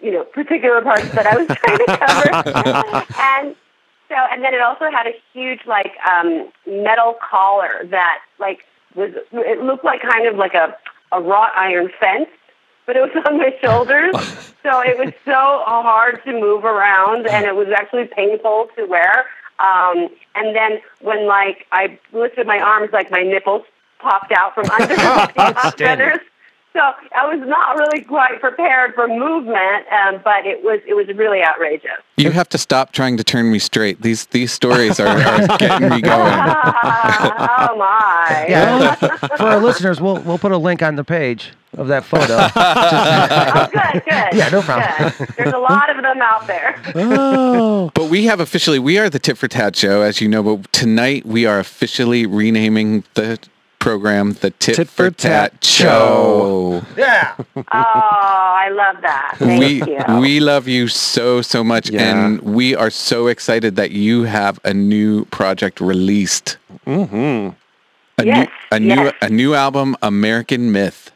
S2: you know particular parts that I was trying to cover, and. So, and then it also had a huge like um, metal collar that like was it looked like kind of like a a wrought iron fence, but it was on my shoulders. so it was so hard to move around, and it was actually painful to wear. Um, and then when like I lifted my arms, like my nipples popped out from under the feathers. so I was not really quite prepared for movement, um, but it was it was really outrageous.
S4: You have to stop trying to turn me straight. These these stories are, are getting me going.
S2: Ah, oh my!
S5: Yeah. For our listeners, we'll we'll put a link on the page of that photo.
S2: Oh, good, good.
S5: Yeah, no problem.
S2: Good. There's a lot of them out there.
S4: But we have officially we are the Tit for Tat show, as you know. But tonight we are officially renaming the program the Tit, for Tat, show.
S5: yeah.
S2: Oh, I love that. Thank
S4: we
S2: you.
S4: we love you so so much
S3: Yeah.
S4: and we are so excited that you have a new project released
S5: Mm-hmm.
S4: a
S2: Yes,
S4: new a new
S2: yes.
S4: a new album american myth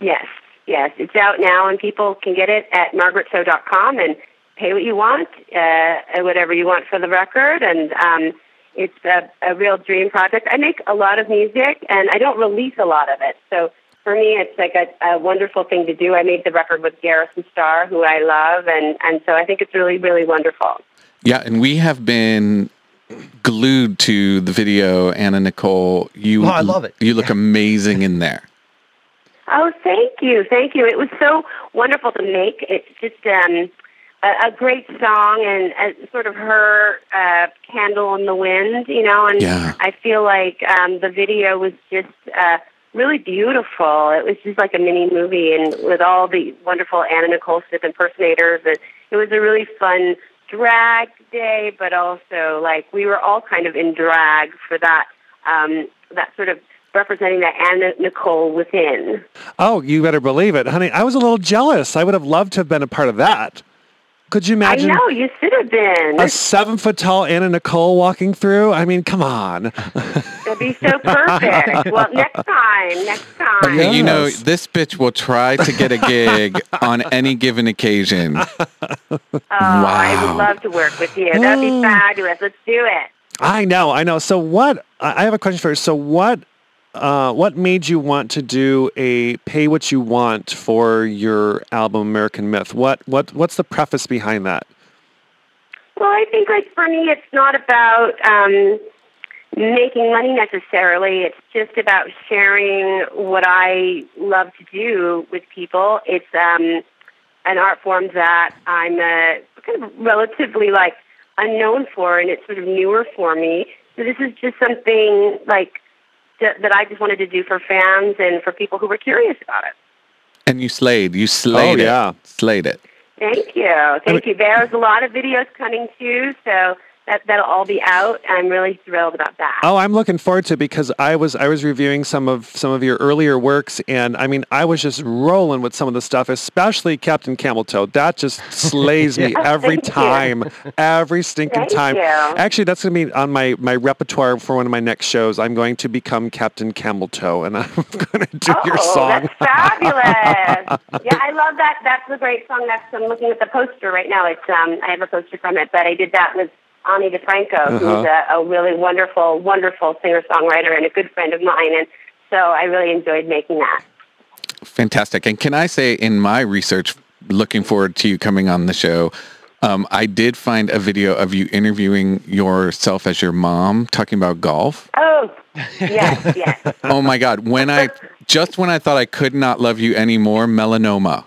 S2: Yes, yes. It's out now, and people can get it at margaretso.com and pay what you want, uh, whatever you want for the record. And um, it's a, a real dream project. I make a lot of music, and I don't release a lot of it. So for me, it's like a, a wonderful thing to do. I made the record with Garrison Starr, who I love, and, and so I think it's really, really wonderful.
S4: yeah and we have been glued to the video anna nicole you
S5: Oh, I love it.
S4: you look amazing in there
S2: Oh, thank you, thank you. It was so wonderful to make. It's just um, a, a great song and uh sort of her uh, candle in the wind, you know. And
S4: Yeah.
S2: I feel like um, the video was just uh, really beautiful. It was just like a mini movie, and with all the wonderful Anna Nicole Smith impersonators, and it was a really fun drag day. But also, like we were all kind of in drag for that um, that sort of representing that Anna Nicole within.
S3: Oh, you better believe it, honey. I was a little jealous. I would have loved to have been a part of that. Could you
S2: I
S3: imagine
S2: know you should have been.
S3: a seven foot tall Anna Nicole walking through? I mean, come on.
S2: That'd be so perfect. well, next time, next time.
S4: And you know
S3: Yes.
S4: this bitch will try to get a gig on any given occasion
S2: oh, I would love to work with you. That'd be fabulous. Let's do it.
S3: I know, I know. So what? I I have a question for you. So what? Uh, what made you want to do a pay what you want for your album American Myth? What what what's the preface behind that?
S2: Well, I think like for me, it's not about um, making money necessarily. It's just about sharing what I love to do with people. It's um, an art form that I'm uh, kind of relatively like unknown for, and it's sort of newer for me. So this is just something like that, that I just wanted to do for fans and for people who were curious about it.
S4: and you slayed you slayed
S5: Oh,
S4: it
S3: yeah.
S4: slayed it
S2: Thank you. Thank you. There's a lot of videos coming too, so that, that'll all be out. I'm really thrilled about that.
S3: Oh, I'm looking forward to it because I was I was reviewing some of some of your earlier works, and I mean I was just rolling with some of the stuff, especially Captain Camel Toe. That just slays me every
S2: Thank you.
S3: time, every stinking
S2: Thank
S3: time.
S2: you.
S3: Actually, that's gonna be on my my repertoire for one of my next shows. I'm going to become Captain Camel Toe, and I'm gonna do your song.
S2: Oh, That's fabulous. yeah, I love that. That's a great song. That's I'm looking at the poster right now. It's um I have a poster from it, but I did that with Ani DeFranco, who's
S3: Uh-huh.
S2: a, a really wonderful, wonderful singer songwriter and a good friend of mine and so I really enjoyed making that.
S4: Fantastic. And can I say, in my research, looking forward to you coming on the show, um, I did find a video of you interviewing yourself as your mom talking about golf.
S2: Oh yes, yes.
S4: Oh my God. When I just when I thought I could not love you anymore, melanoma.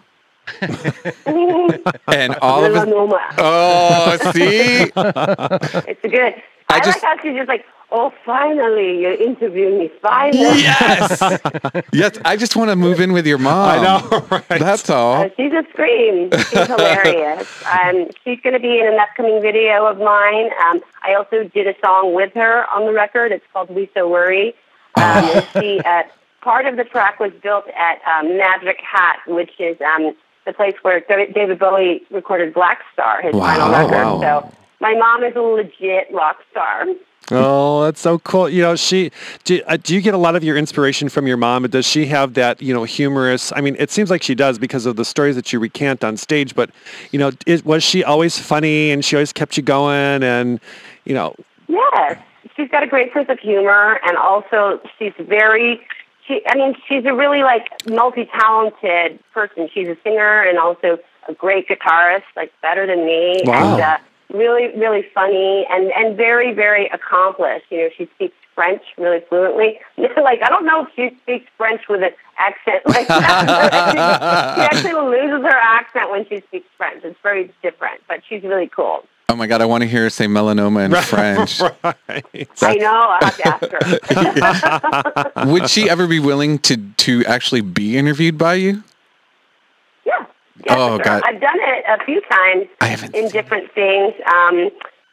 S4: and all of it.
S2: Melanoma.
S4: Oh, see?
S2: It's good. I,
S4: just-
S2: like how she's just like, Oh finally you're interviewing me. Finally
S4: Yes. Yes. I just want to move in with your mom. I know. That's all.
S2: Uh, she's a scream. She's hilarious. Um, she's going to be in an upcoming video of mine. Um, I also did a song with her on the record. It's called "We So Worry." Um, and she uh, part of the track was built at um, Magic Hat, which is um, the place where Da- David Bowie recorded Black Star, his final
S4: Wow.
S2: record. So my mom is a legit rock star.
S3: Oh, that's so cool. You know, she do, uh, do you get a lot of your inspiration from your mom? Does she have that, you know, humorous? I mean, it seems like she does because of the stories that you recant on stage, but you know, is, was she always funny and she always kept you going and you know,
S2: Yes, she's got a great sense of humor, and also she's very. She, I mean, she's a really like multi-talented person. She's a singer and also a great guitarist, like better than me.
S3: Wow.
S2: And uh, really, really funny and, and very, very accomplished. You know, she speaks French really fluently. like, I don't know if she speaks French with an accent like that. she actually loses her accent when she speaks French. It's very different, but she's really cool.
S4: Oh my God, I want to hear her say melanoma in French.
S3: Right.
S2: I know. I'll have to ask her.
S4: Would she ever be willing to, to actually be interviewed by you?
S2: Yeah. Yeah,
S4: Oh,
S2: for sure.
S4: God.
S2: I've done it a few times
S4: I haven't
S2: in
S4: seen
S2: different things. Um,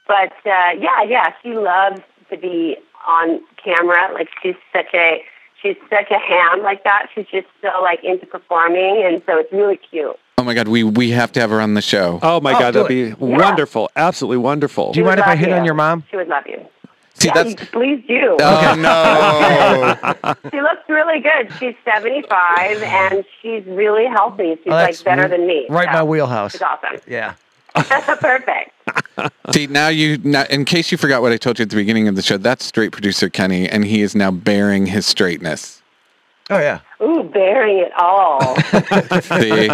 S2: but uh, yeah, yeah, she loves to be on camera. Like she's such a she's such a ham like that. She's just so like into performing, and so it's really cute.
S4: Oh my God, we, we have to have her on the show.
S3: Oh my
S5: Oh,
S3: God,
S5: do
S3: that'd be wonderful. Absolutely wonderful.
S5: Do you
S2: She would
S5: mind if I
S2: love
S5: hit
S2: you.
S5: on your mom?
S2: She would love you.
S4: See,
S2: yeah,
S4: that's.
S2: you- please do.
S4: Oh no.
S2: She looks really good. She's seventy five, and she's really healthy. She's
S5: Oh, that's
S2: like better
S5: re-
S2: than me.
S5: Right in
S2: so
S5: my wheelhouse.
S2: She's awesome.
S5: Yeah.
S2: Perfect.
S4: See, now you, now, in case you forgot what I told you at the beginning of the show, that's straight producer Kenny, and he is now bearing his straightness.
S5: Oh yeah.
S2: Ooh, bearing it all.
S4: See?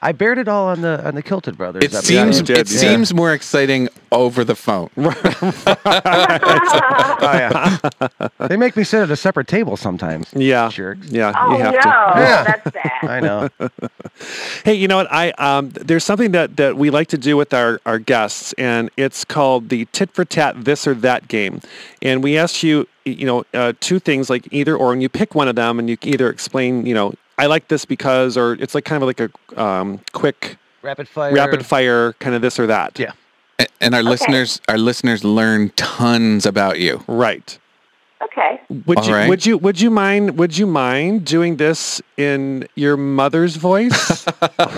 S5: I bared it all on the on the Kilted Brothers.
S4: It
S5: episode.
S4: seems
S3: you did,
S4: it
S3: yeah.
S4: seems more exciting over the phone.
S5: they make me sit at a separate table sometimes.
S3: Yeah.
S5: Jerks.
S3: Yeah.
S2: Oh
S3: you
S2: no,
S3: have to.
S2: that's sad.
S5: I know.
S3: Hey, you know what? I um, th- there's something that, that we like to do with our, our guests, and it's called the tit for tat this or that game. And we ask you, y- you know, uh, two things like either or, and you pick one of them, and you can either explain, you know, I like this because, or it's like kind of like a um, quick
S5: Rapid fire.
S3: rapid fire kind of this or that.
S5: Yeah.
S4: A- And our listeners our listeners learn tons about you.
S3: Right.
S2: Okay.
S3: Would
S4: All
S3: you
S4: right.
S3: would you would you mind would you mind doing this in your mother's voice?
S2: Okay. I'll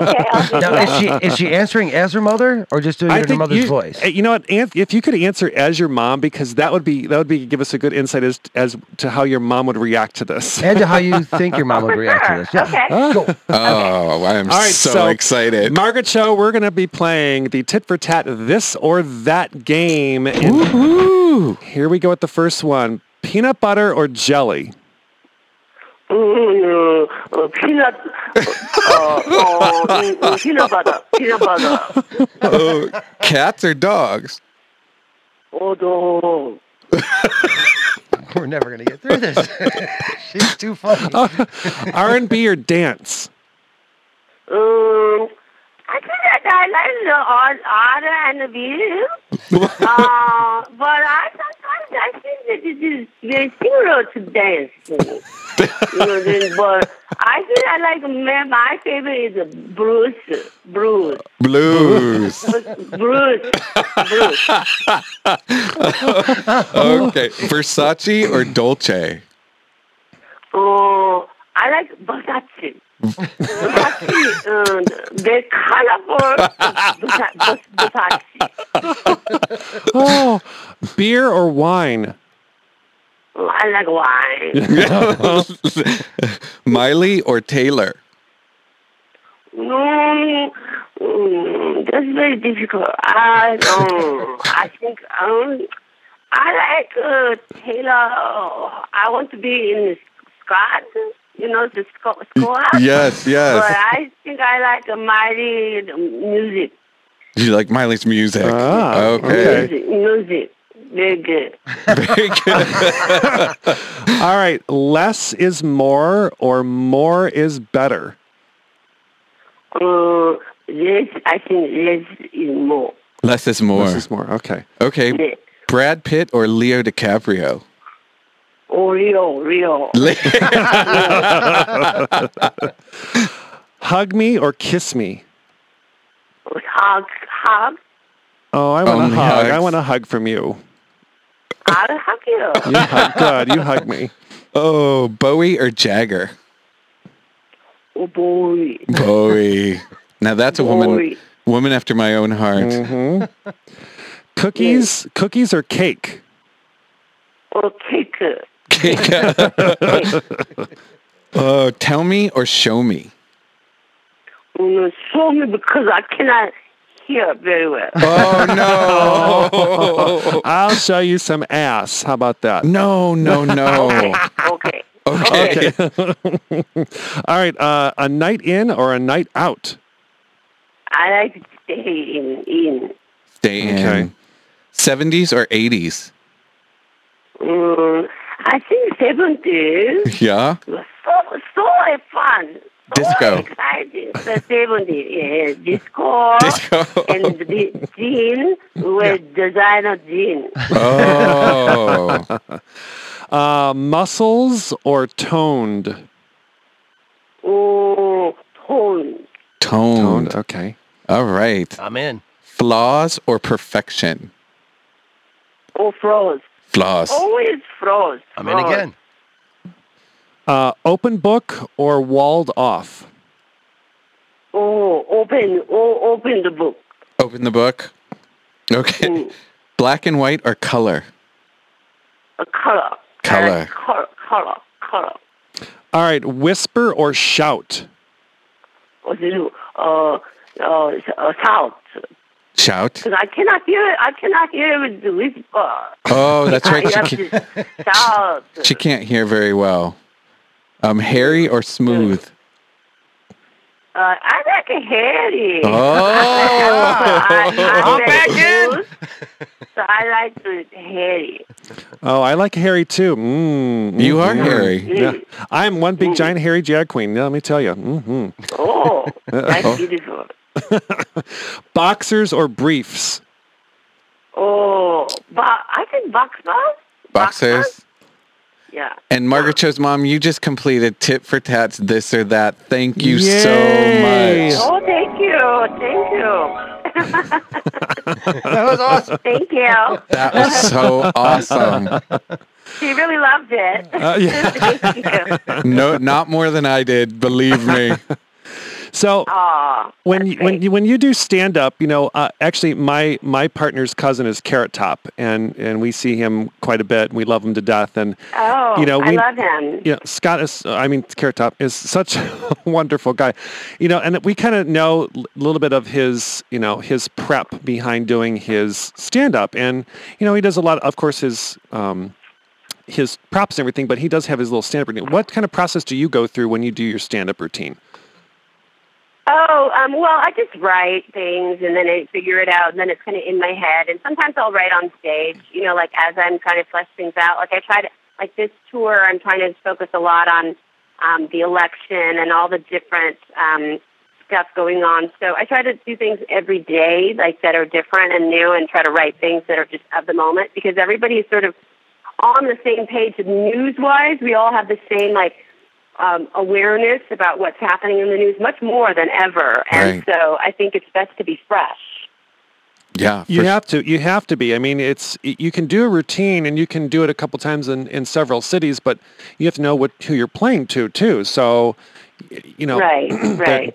S2: do
S5: Now,
S2: that.
S5: is she is she answering as her mother or just doing it in her mother's
S3: you,
S5: voice?
S3: eh, You know what? Anth- If you could answer as your mom, because that would be that would be give us a good insight as as to how your mom would react to this.
S5: and to how you think your mom would react to
S2: Sure.
S5: this. Yeah.
S2: Okay.
S4: Oh, I am
S3: All right,
S4: so,
S3: so-
S4: excited.
S3: Margaret Cho, we're going to be playing the tit for tat this or that game. And Here we go with the first one: peanut butter or jelly.
S2: Mm, uh, peanut, uh, oh, mm, mm, peanut butter, peanut butter.
S4: Oh, cats or dogs?
S2: Oh, no.
S5: We're never gonna get through this. She's too funny.
S2: Oh.
S3: R and B or dance.
S2: Um, I think that I like the odd, odd and the view. uh, but I sometimes I think that it is very similar to dance. to me. you know, then, but I think I like my, my favorite is Bruce, Bruce,
S4: Blues.
S2: Bruce, Bruce.
S4: okay. Versace or Dolce?
S2: Oh, I like Versace. Versace, um, the colorful Versa- Versace.
S3: Oh, beer or wine.
S2: Oh, I like wine.
S4: Miley or Taylor?
S2: Mm, mm, that's very difficult. I um, I think um, I like uh, Taylor. uh, I want to be in the squad. You know the squ- squad.
S4: Yes,
S2: But
S4: yes.
S2: I think I like the mighty music.
S4: You like Miley's music.
S3: Ah,
S4: okay.
S2: Music, music, very good.
S4: Very good.
S3: All right, less is more or more is better.
S2: Uh, yes, I think yes is more.
S4: Less is more.
S3: Less is more. Okay.
S4: Okay.
S2: Yes.
S4: Brad Pitt or Leo DiCaprio?
S2: Oh, real, real.
S3: Hug me or kiss me.
S2: Hug, hug.
S3: Oh, I want a
S4: Only
S3: hug. I
S4: hugs.
S3: want a hug from you.
S2: I'll hug you.
S3: You hug good. You hug me.
S4: Oh, Bowie or Jagger?
S2: Oh, boy.
S4: Bowie. Now that's a woman
S2: Bowie.
S4: woman after my own heart.
S3: Cookies, cookies or cake.
S2: Oh, cake.
S4: oh, tell me or show me.
S2: Mm, show me because I cannot hear very well.
S4: Oh
S3: I'll show you some ass. How about that?
S4: no. No, no, no.
S2: okay.
S4: Oh. Okay.
S3: All right. Uh, a night in or a night out.
S2: I like to stay in. in.
S4: Day
S3: Okay.
S4: in. 70s or 80s?
S2: Mm, I think 70s
S4: Yeah.
S2: was so, so fun. So
S4: Disco.
S2: exciting. The 70s. Yeah, disco.
S4: Disco.
S2: and the jean with designer jean.
S4: Oh.
S3: Uh, muscles or toned?
S2: Oh, tone.
S4: Toned.
S3: Okay.
S4: All right.
S5: I'm in.
S4: Flaws or perfection?
S2: Oh, froze.
S4: Flaws.
S2: Always froze.
S5: I'm in again.
S3: Uh, open book or walled off?
S2: Oh, open. Oh, open the book.
S4: Open the book. Okay. Black and white or color?
S2: A color.
S4: Color.
S2: Uh, color. Color. Color.
S3: All right. Whisper or shout?
S2: What to do? Uh, uh, s- uh, sound.
S4: Shout.
S2: 'Cause I cannot hear. I cannot hear with the whisper.
S4: Oh, that's right.
S2: I
S4: She
S2: have
S4: can't,
S2: to shout.
S4: she can't hear very well. Um, hairy or smooth?
S2: Uh, I like a hairy.
S4: Oh.
S2: I, am back in. So I like the hairy.
S3: Oh, I like Harry too. Mm,
S4: You are
S3: mm,
S4: hairy.
S3: Yeah. I'm one big giant hairy jag queen. Let me tell you. hmm
S2: Oh, that's beautiful.
S3: Boxers or briefs?
S2: Oh, but I think box box.
S4: Boxers.
S2: Yeah.
S4: And Margaret Cho's mom, you just completed tit for tats this or that. Thank you
S3: Yay.
S4: so much.
S2: Oh, thank you, thank you,
S5: That was awesome.
S2: thank you.
S4: That was so awesome.
S2: She really loved it.
S3: yeah.
S2: thank you.
S4: No, not more than I did. Believe me.
S3: So
S2: Aw,
S3: when
S2: that's
S3: you, when
S2: great.
S3: you, when you do stand up, you know, uh, actually, my my partner's cousin is Carrot Top, and and we see him quite a bit. We love him to death, and
S2: oh,
S3: you know, we-
S2: I love him.
S3: you know, Scott is, I mean, Carrot Top is such a wonderful guy, you know, and we kind of know a little bit of his, you know, his prep behind doing his stand up. And, you know, he does a lot, of course, his, um, his props and everything, but he does have his little stand up routine. What kind of process do you go through when you do your stand up routine?
S2: Oh, um, well, I just write things and then I figure it out and then it's kind of in my head. And sometimes I'll write on stage, you know, like as I'm trying to flesh things out. Like I try to, like this tour, I'm trying to focus a lot on um, the election and all the different um, stuff going on. So I try to do things every day, like that are different and new and try to write things that are just of the moment because everybody's sort of on the same page news wise. We all have the same, like, um, awareness about what's happening in the news much more than ever.
S4: Right.
S2: And so I think it's best to be fresh.
S4: Yeah.
S3: You have to. You have to be. I mean, it's y- you can do a routine and you can do it a couple times in, in several cities, but you have to know what who you're playing to too. So, y- you know,
S2: Right, right.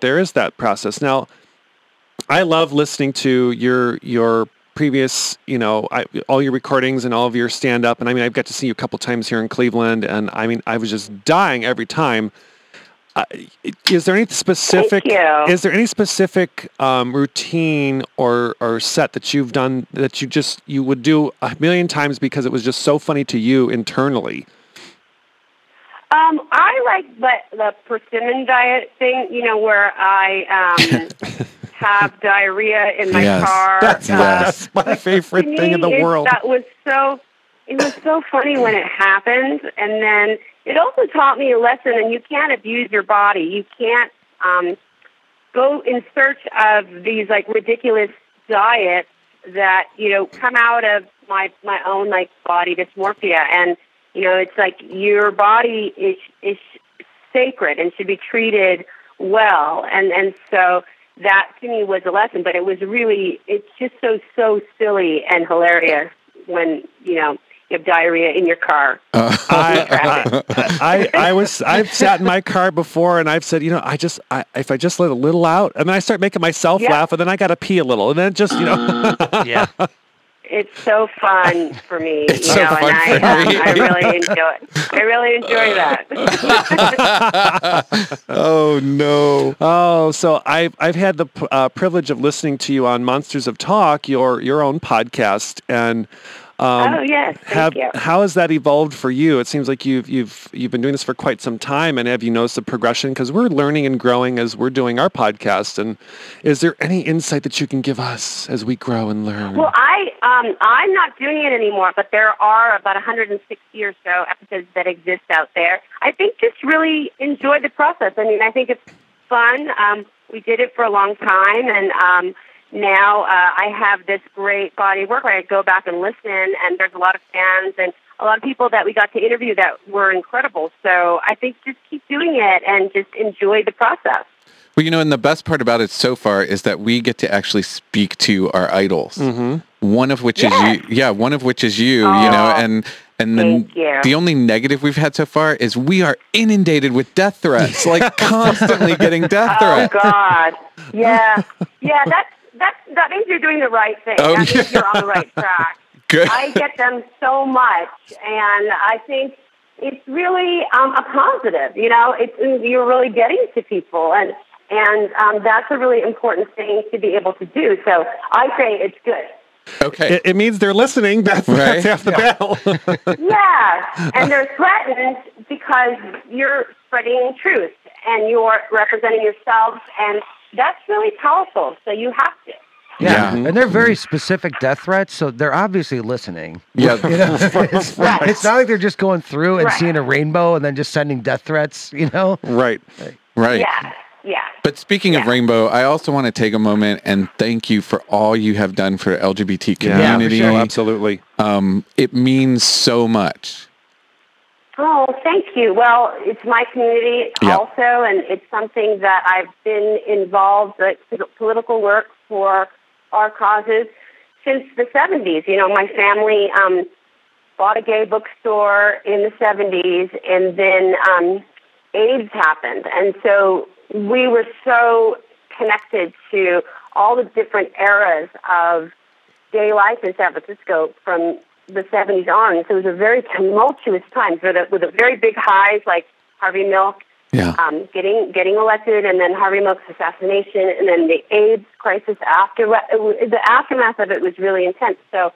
S3: there is that process. Now, I love listening to your your previous, you know, I, all your recordings and all of your stand up. And I mean, I've got to see you a couple times here in Cleveland, and I mean, I was just dying every time. Uh, is there any specific?
S2: you.
S3: Is there any specific um, routine or or set that you've done that you just you would do a million times because it was just so funny to you internally?
S2: Um, I like the, the persimmon diet thing, you know, where I um, have diarrhea in my
S4: Yes.
S2: car.
S3: That's
S2: Uh,
S3: that's my favorite
S2: to
S3: thing in
S2: me,
S3: the
S2: it-
S3: world.
S2: That was so. It was so funny when it happened, and then it also taught me a lesson. And you can't abuse your body. You can't um, go in search of these like ridiculous diets that you know come out of my my own like body dysmorphia. And you know, it's like your body is is sacred and should be treated well. And and so that to me was a lesson, but it was really it's just so so silly and hilarious when you know you have diarrhea in your car.
S4: Uh,
S3: I, I, I I was I've sat in my car before and I've said, you know, I just I, if I just let a little out, and then I start making myself
S2: Yeah.
S3: laugh, and then I got to pee a little, and then just you know,
S5: Yeah.
S2: It's so fun for me,
S4: It's
S2: you
S4: so
S2: know,
S4: fun
S2: and I
S4: for
S2: um,
S4: me.
S2: I really enjoy it. I really enjoy that.
S4: oh no.
S3: oh, so I've I've had the p- uh, privilege of listening to you on Monsters of Talk, your your own podcast, and. Um,
S2: oh yes, thank
S3: have
S2: you.
S3: how has that evolved for you? It seems like you've you've you've been doing this for quite some time, and have you noticed the progression? Because we're learning and growing as we're doing our podcast. And is there any insight that you can give us as we grow and learn?
S2: Well, I um, I'm not doing it anymore, but there are about 160 or so episodes that exist out there. I think just really enjoy the process. I mean, I think it's fun. Um, we did it for a long time, and um, now uh, I have this great body of work where I go back and listen, and there's a lot of fans and a lot of people that we got to interview that were incredible. So I think just keep doing it and just enjoy the process.
S4: Well, you know, and the best part about it so far is that we get to actually speak to our idols. One of which
S2: Yes.
S4: is you. Yeah, one of which is you. you know,
S2: Aw,
S4: and and then
S2: thank you.
S4: the only negative we've had so far is we are inundated with death threats, like constantly getting death
S2: Oh
S4: threats.
S2: God! Yeah, yeah. That that that means you're doing the right thing.
S4: Oh,
S2: that means you're on the right track.
S4: Good.
S2: I get them so much, and I think it's really um, a positive. You know, it's you're really getting to people, and and um, that's a really important thing to be able to do. So I say it's good.
S4: Okay.
S3: it, it means they're listening. That's,
S4: Right.
S3: that's half the battle.
S2: Yeah, and they're threatened because you're spreading truth and you're representing yourselves, and that's really powerful. So you have to.
S5: Yeah.
S2: Mm-hmm.
S4: Yeah.
S5: And they're very specific death threats, so they're obviously listening.
S4: yeah.
S5: it's, it's not like they're just going through and
S2: Right.
S5: seeing a rainbow and then just sending death threats, you know?
S3: right.
S4: Right.
S2: Yeah, yeah.
S4: But speaking of Rainbow, I also want to take a moment and thank you for all you have done for LGBT
S5: Yeah,
S4: community.
S5: for sure.
S3: Oh, absolutely.
S4: um, it means so much.
S2: Oh, thank you. Well, it's my community
S4: Yeah.
S2: also, and it's something that I've been involved with political work for our causes since the 70s. You know, my family um, bought a gay bookstore in the 70s, and then um, AIDS happened. And so we were so connected to all the different eras of gay life in San Francisco from the 70s on. So it was a very tumultuous time with a, with a very big highs like Harvey Milk
S4: Yeah.
S2: um, getting getting elected, and then Harvey Milk's assassination, and then the AIDS crisis after it wa- the aftermath of it was really intense. So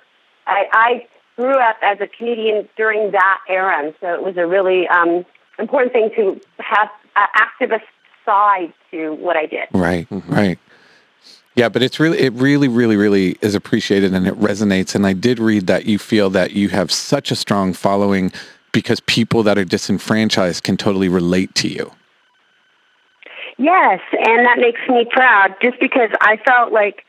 S2: I, I grew up as a comedian during that era, and so it was a really um, important thing to have an activist side to what I did.
S4: Right. Right. Yeah, but it's really, it really, really, really is appreciated and it resonates. And I did read that you feel that you have such a strong following because people that are disenfranchised can totally relate to you.
S2: Yes, and that makes me proud just because I felt like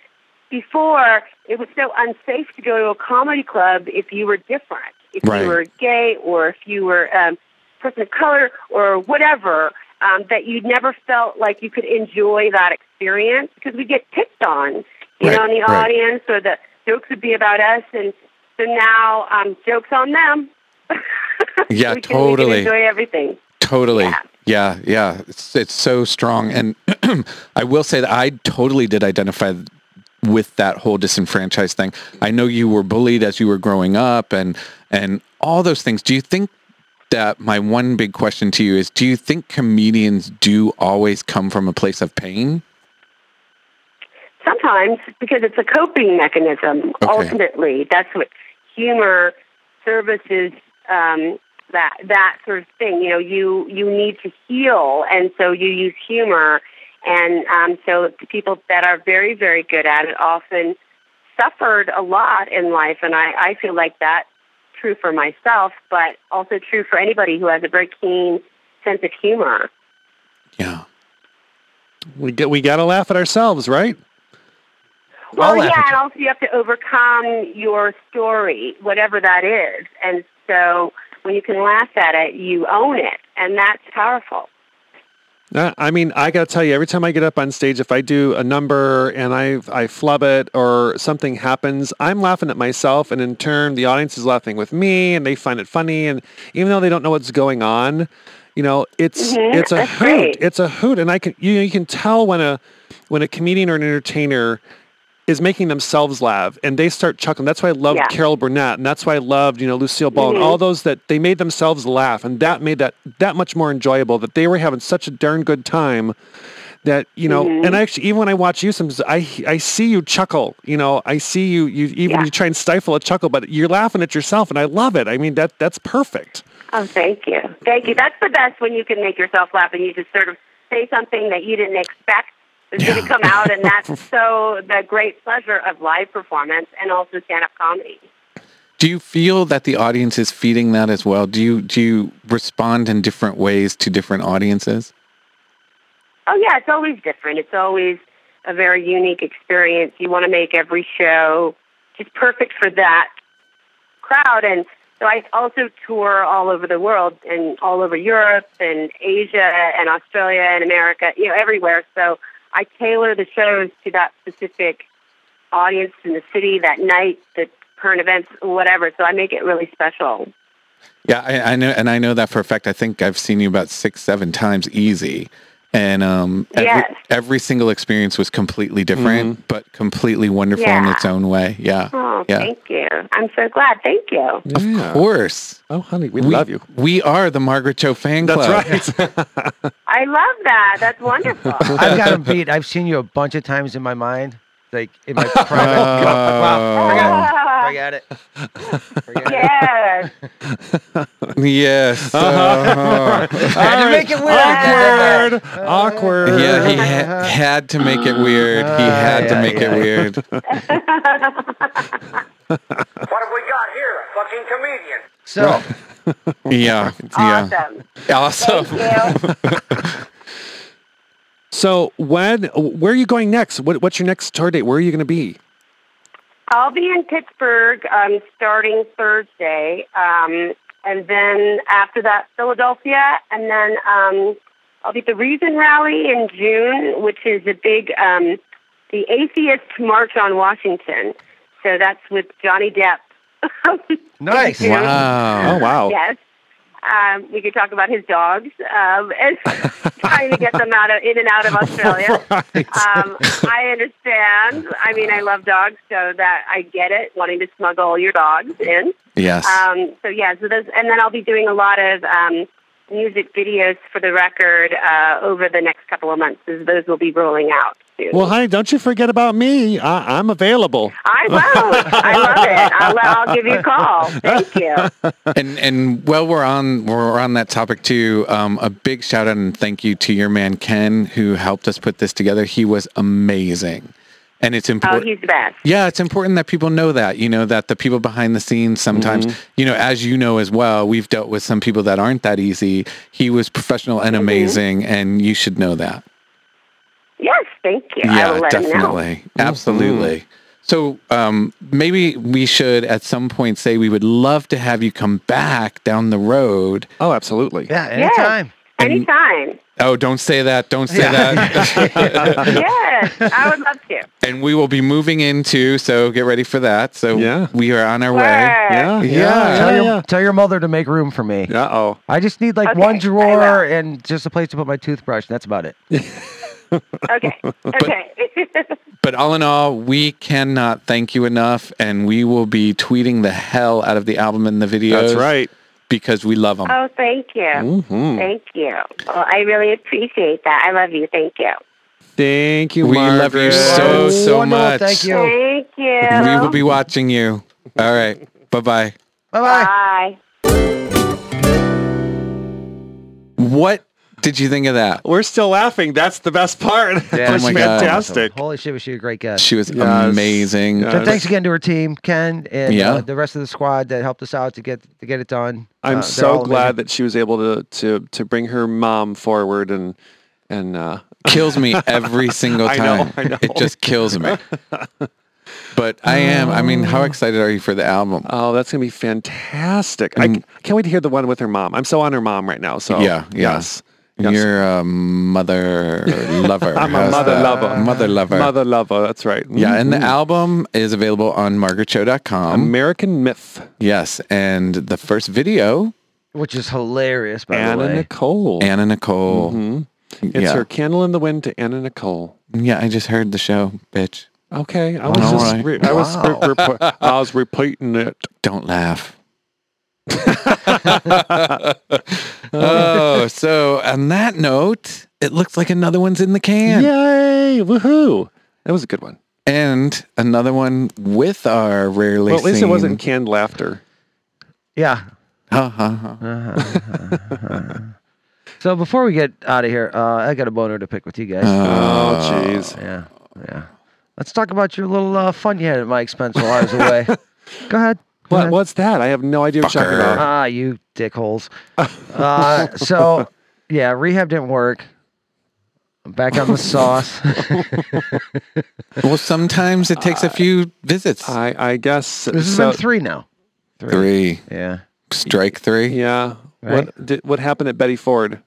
S2: before it was so unsafe to go to a comedy club if you were different, if
S4: Right.
S2: you were gay or if you were a um, person of color or whatever, um, that you never felt like you could enjoy that experience because we get picked on, you know,
S4: Right,
S2: in the
S4: right.
S2: audience or the jokes would be about us. And so now um, jokes on them.
S4: Yeah,
S2: we can, we can
S4: totally.
S2: enjoy everything.
S4: Totally. Yeah.
S2: Yeah.
S4: Yeah, It's it's so strong and I will say that I totally did identify with that whole disenfranchised thing. I know you were bullied as you were growing up and and all those things. Do you think that my one big question to you is do you think comedians do always come from a place of pain?
S2: Sometimes, because it's a coping mechanism.
S4: Okay.
S2: Ultimately, that's what humor services. Um, that that sort of thing. You know, you you need to heal, and so you use humor. And um, so the people that are very very good at it often suffered a lot in life, and I, I feel like that's true for myself, but also true for anybody who has a very keen sense of humor.
S4: Yeah.
S3: We get we gotta laugh at ourselves, right?
S2: Well,
S5: All
S2: Oh, yeah,
S5: efforts.
S2: and also you have to overcome your story, whatever that is. And so when you can laugh at it, you own it, and that's powerful.
S3: Uh, I mean, I got to tell you, every time I get up on stage, if I do a number and I I flub it or something happens, I'm laughing at myself, and in turn, the audience is laughing with me, and they find it funny, and even though they don't know what's going on, you know, it's
S2: Mhm,
S3: it's a
S2: that's
S3: hoot,
S2: great.
S3: it's a hoot, and I can you you can tell when a when a comedian or an entertainer is making themselves laugh and they start chuckling. That's why I loved
S2: Yeah. Mm-hmm.
S3: Carol Burnett and that's why I loved, you know, Lucille Ball and all those that they made themselves laugh and that made that that much more enjoyable that they were having such a darn good time
S4: that you know
S2: Mm-hmm.
S4: and i actually even when i watch you sometimes i i see you chuckle you know i see you you even
S2: Yeah.
S4: you try and stifle a chuckle but you're laughing at yourself and i love it i mean that that's perfect
S2: Oh, thank you. Thank you. That's the best when you can make yourself laugh and you just sort of say something that you didn't expect is going to come out. And that's so the great pleasure of live performance and also stand up comedy.
S8: Do you feel that the audience is feeding that as well? Do you do you respond in different ways to different audiences?
S2: Oh, yeah, it's always different. It's always a very unique experience. You want to make every show just perfect for that crowd. And so I also tour all over the world and all over Europe and Asia and Australia and America, you know, everywhere. So I tailor the shows to that specific audience in the city that night, the current events, whatever. So I make it really special.
S8: Yeah, I, I know, and I know that for a fact. I think I've seen you about six, seven times easy, and um, every,
S2: Yes.
S8: every single experience was completely different,
S4: Mm-hmm.
S8: but completely wonderful in
S2: Yeah.
S8: its own way. Yeah,
S2: Oh,
S8: yeah,
S2: thank you. I'm so glad. Thank you.
S8: of course.
S4: oh honey we, love you
S8: We are the Margaret Cho fan
S4: that's
S8: club.
S4: right
S2: I love that. That's wonderful.
S5: I've got him beat. I've seen you a bunch of times in my mind, like in my private. wow, forget it.
S2: Ah.
S5: Forget it. Forget it.
S2: yes.
S8: Yes. uh-huh.
S5: Had to make it weird.
S4: awkward awkward
S8: yeah, he ha- had to make it weird. He
S4: Uh-huh.
S8: had to
S5: yeah,
S8: make
S5: yeah.
S8: it weird.
S3: What have we got here? A fucking comedian.
S5: So,
S8: Yeah, yeah.
S2: Awesome.
S8: Awesome.
S2: Thank you.
S4: so when where are you going next what, what's your next tour date where are you going to be
S2: I'll be in Pittsburgh um, starting Thursday, um, and then after that, Philadelphia, and then um, I'll be at the Reason Rally in June, which is a big um, the Atheist March on Washington. So that's with Johnny Depp.
S5: nice.
S2: Yeah.
S4: oh wow
S2: Yes. Um, we could talk about his dogs um, and trying to get them out of in and out of Australia. Um, I understand. I mean, I love dogs, so that I get it. Wanting to smuggle your dogs in.
S8: Yes.
S2: Um, so yeah, so those, and then I'll be doing a lot of um, music videos for the record uh, over the next couple of months. As those will be rolling out soon.
S4: well honey don't you forget about me I, i'm available
S2: I won't. I love it. I'll, I'll give you a call. Thank you.
S8: and and while we're on we're on that topic too, um, a big shout out and thank you to your man Ken who helped us put this together. He was amazing, and it's
S2: Oh,
S8: important.
S2: he's the best.
S8: yeah, it's important that people know that, you know, that the people behind the scenes sometimes, you know, as you know as well, we've dealt with some people that aren't that easy. He was professional
S2: Mm-hmm.
S8: and amazing, and you should know that.
S2: Yes, thank you. I
S8: Yeah,
S2: will let him know.
S8: definitely. Absolutely. So um, maybe we should at some point say we would love to have you come back down the road.
S4: oh absolutely
S5: Yeah,
S2: Yes.
S5: anytime.
S2: Anytime.
S8: Oh, don't say that. Don't say that.
S2: yes, I would love to.
S8: and we will be moving into, so get ready for that. So
S4: Yeah.
S8: we are on our way.
S2: Sure.
S4: yeah yeah
S5: Tell,
S4: yeah,
S5: your,
S4: yeah.
S5: tell your mother to make room for me.
S4: uh-oh
S5: I just need like
S2: Okay, I
S5: one drawer
S2: will.
S5: and just a place to put my toothbrush. That's about it.
S2: Okay. Okay.
S8: But all in all, we cannot thank you enough. And we will be tweeting the hell out of the album and the videos.
S4: that's right
S8: Because we love them.
S2: oh, thank you.
S8: Mm-hmm.
S2: Thank you. Well, I really appreciate that. I love you. Thank you.
S4: Thank you,
S8: we love you
S4: Margaret.
S8: so, so
S5: Wonderful.
S8: much.
S5: Thank you.
S2: Thank you.
S8: We will be watching you. All right. Bye bye.
S5: Bye bye.
S2: Bye.
S8: What did you think of that?
S4: We're still laughing. That's the best part.
S5: Yeah.
S4: That's
S8: Oh my God.
S4: fantastic.
S5: Holy shit, was she a great guest?
S8: She was
S4: Yes.
S8: amazing.
S4: Yes.
S5: So thanks again to her team, Ken, and
S8: Yeah.
S5: uh, the rest of the squad that helped us out to get to get it done.
S4: I'm
S5: Uh, they're
S4: so
S5: all
S4: glad
S5: amazing.
S4: that she was able to to to bring her mom forward and and uh,
S8: Kills me every single
S4: I
S8: time.
S4: know, I know.
S8: It just kills me. But I am. I mean, how excited are you for the album?
S4: oh, that's gonna be fantastic. I, c- I can't wait to hear the one with her mom. I'm so on her mom right now. So
S8: Mm. Yeah, yeah.
S4: yes, yes.
S8: You're a um, mother lover.
S4: I'm a
S8: How's
S4: mother
S8: that?
S4: lover.
S8: Mother lover.
S4: mother lover. That's right.
S8: Yeah, and the
S4: Mhm.
S8: album is available on
S3: Mm-hmm.
S8: margaretcho.com.
S4: American Myth.
S8: Yes, and the first video,
S5: which is hilarious. By the
S4: Anna
S5: way,
S4: Nicole.
S8: Anna Nicole.
S3: Mm-hmm.
S4: It's
S8: yeah.
S4: her candle in the wind to Anna Nicole.
S8: Yeah, I just heard the show, bitch.
S4: Okay, I was
S8: All
S4: just
S8: right.
S4: re- I was re- repo- I was repeating it.
S8: Don't laugh. oh, so on that note, it looks like another one's in the can.
S3: Yay! Woohoo! That was a good one.
S8: And another one with our rarely
S3: Well, at least
S8: seen-
S3: it wasn't canned laughter.
S5: Yeah. Uh-huh,
S8: Ha, ha, ha.
S5: So before we get out of here, uh, I got a boner to pick with you
S8: Uh,
S5: guys.
S3: Oh, jeez.
S5: yeah, yeah. Let's talk about your little uh, fun you had at my expense while I was away. Go ahead. go
S3: What,
S5: ahead.
S3: what's that? I have no idea what you're talking
S8: Fucker.
S3: about.
S5: Ah, you dickholes. uh, so, yeah, rehab didn't work. I'm back on the sauce.
S8: Well, sometimes it takes a
S3: Uh,
S8: few visits.
S3: I, I guess. uh,
S5: this has
S3: so-
S5: been three now.
S8: three.
S5: Yeah.
S8: Strike three.
S3: Yeah. What, did, what happened at Betty Ford?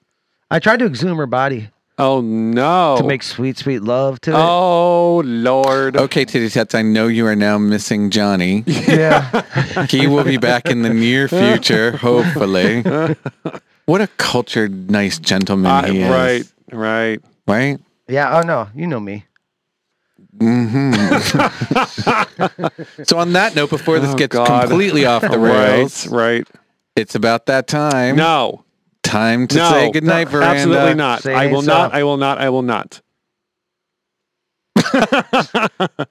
S5: I tried to exhume her body
S3: Oh, no.
S5: to make sweet, sweet love to
S3: Oh, Lord.
S8: Okay, Titty Tats, I know you are now missing Johnny.
S5: it. Yeah.
S8: He will be back in the near future, hopefully. What a cultured, nice gentleman
S3: I-
S8: he is.
S3: right, right.
S8: Right?
S5: yeah. Oh, no. You know me.
S8: So, on that note, before this
S3: Oh,
S8: gets
S3: God.
S8: completely off the rails,
S3: Right, right.
S8: it's about that time.
S3: No,
S8: Time to
S3: no.
S8: say goodnight,
S5: No,
S8: Veranda.
S3: absolutely not.
S5: Say it
S3: I will
S5: ain't
S3: not.
S5: so.
S3: I will not. I will not.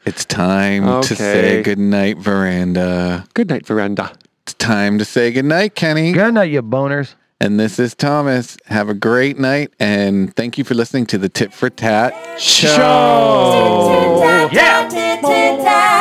S8: It's time to say
S3: Okay.
S8: goodnight, Veranda.
S3: Good night, Veranda.
S8: It's time to say goodnight, Kenny.
S5: Good night, you boners.
S8: And this is Thomas. Have a great night. And thank you for listening to the Tit for Tat
S3: Show.
S9: Yeah.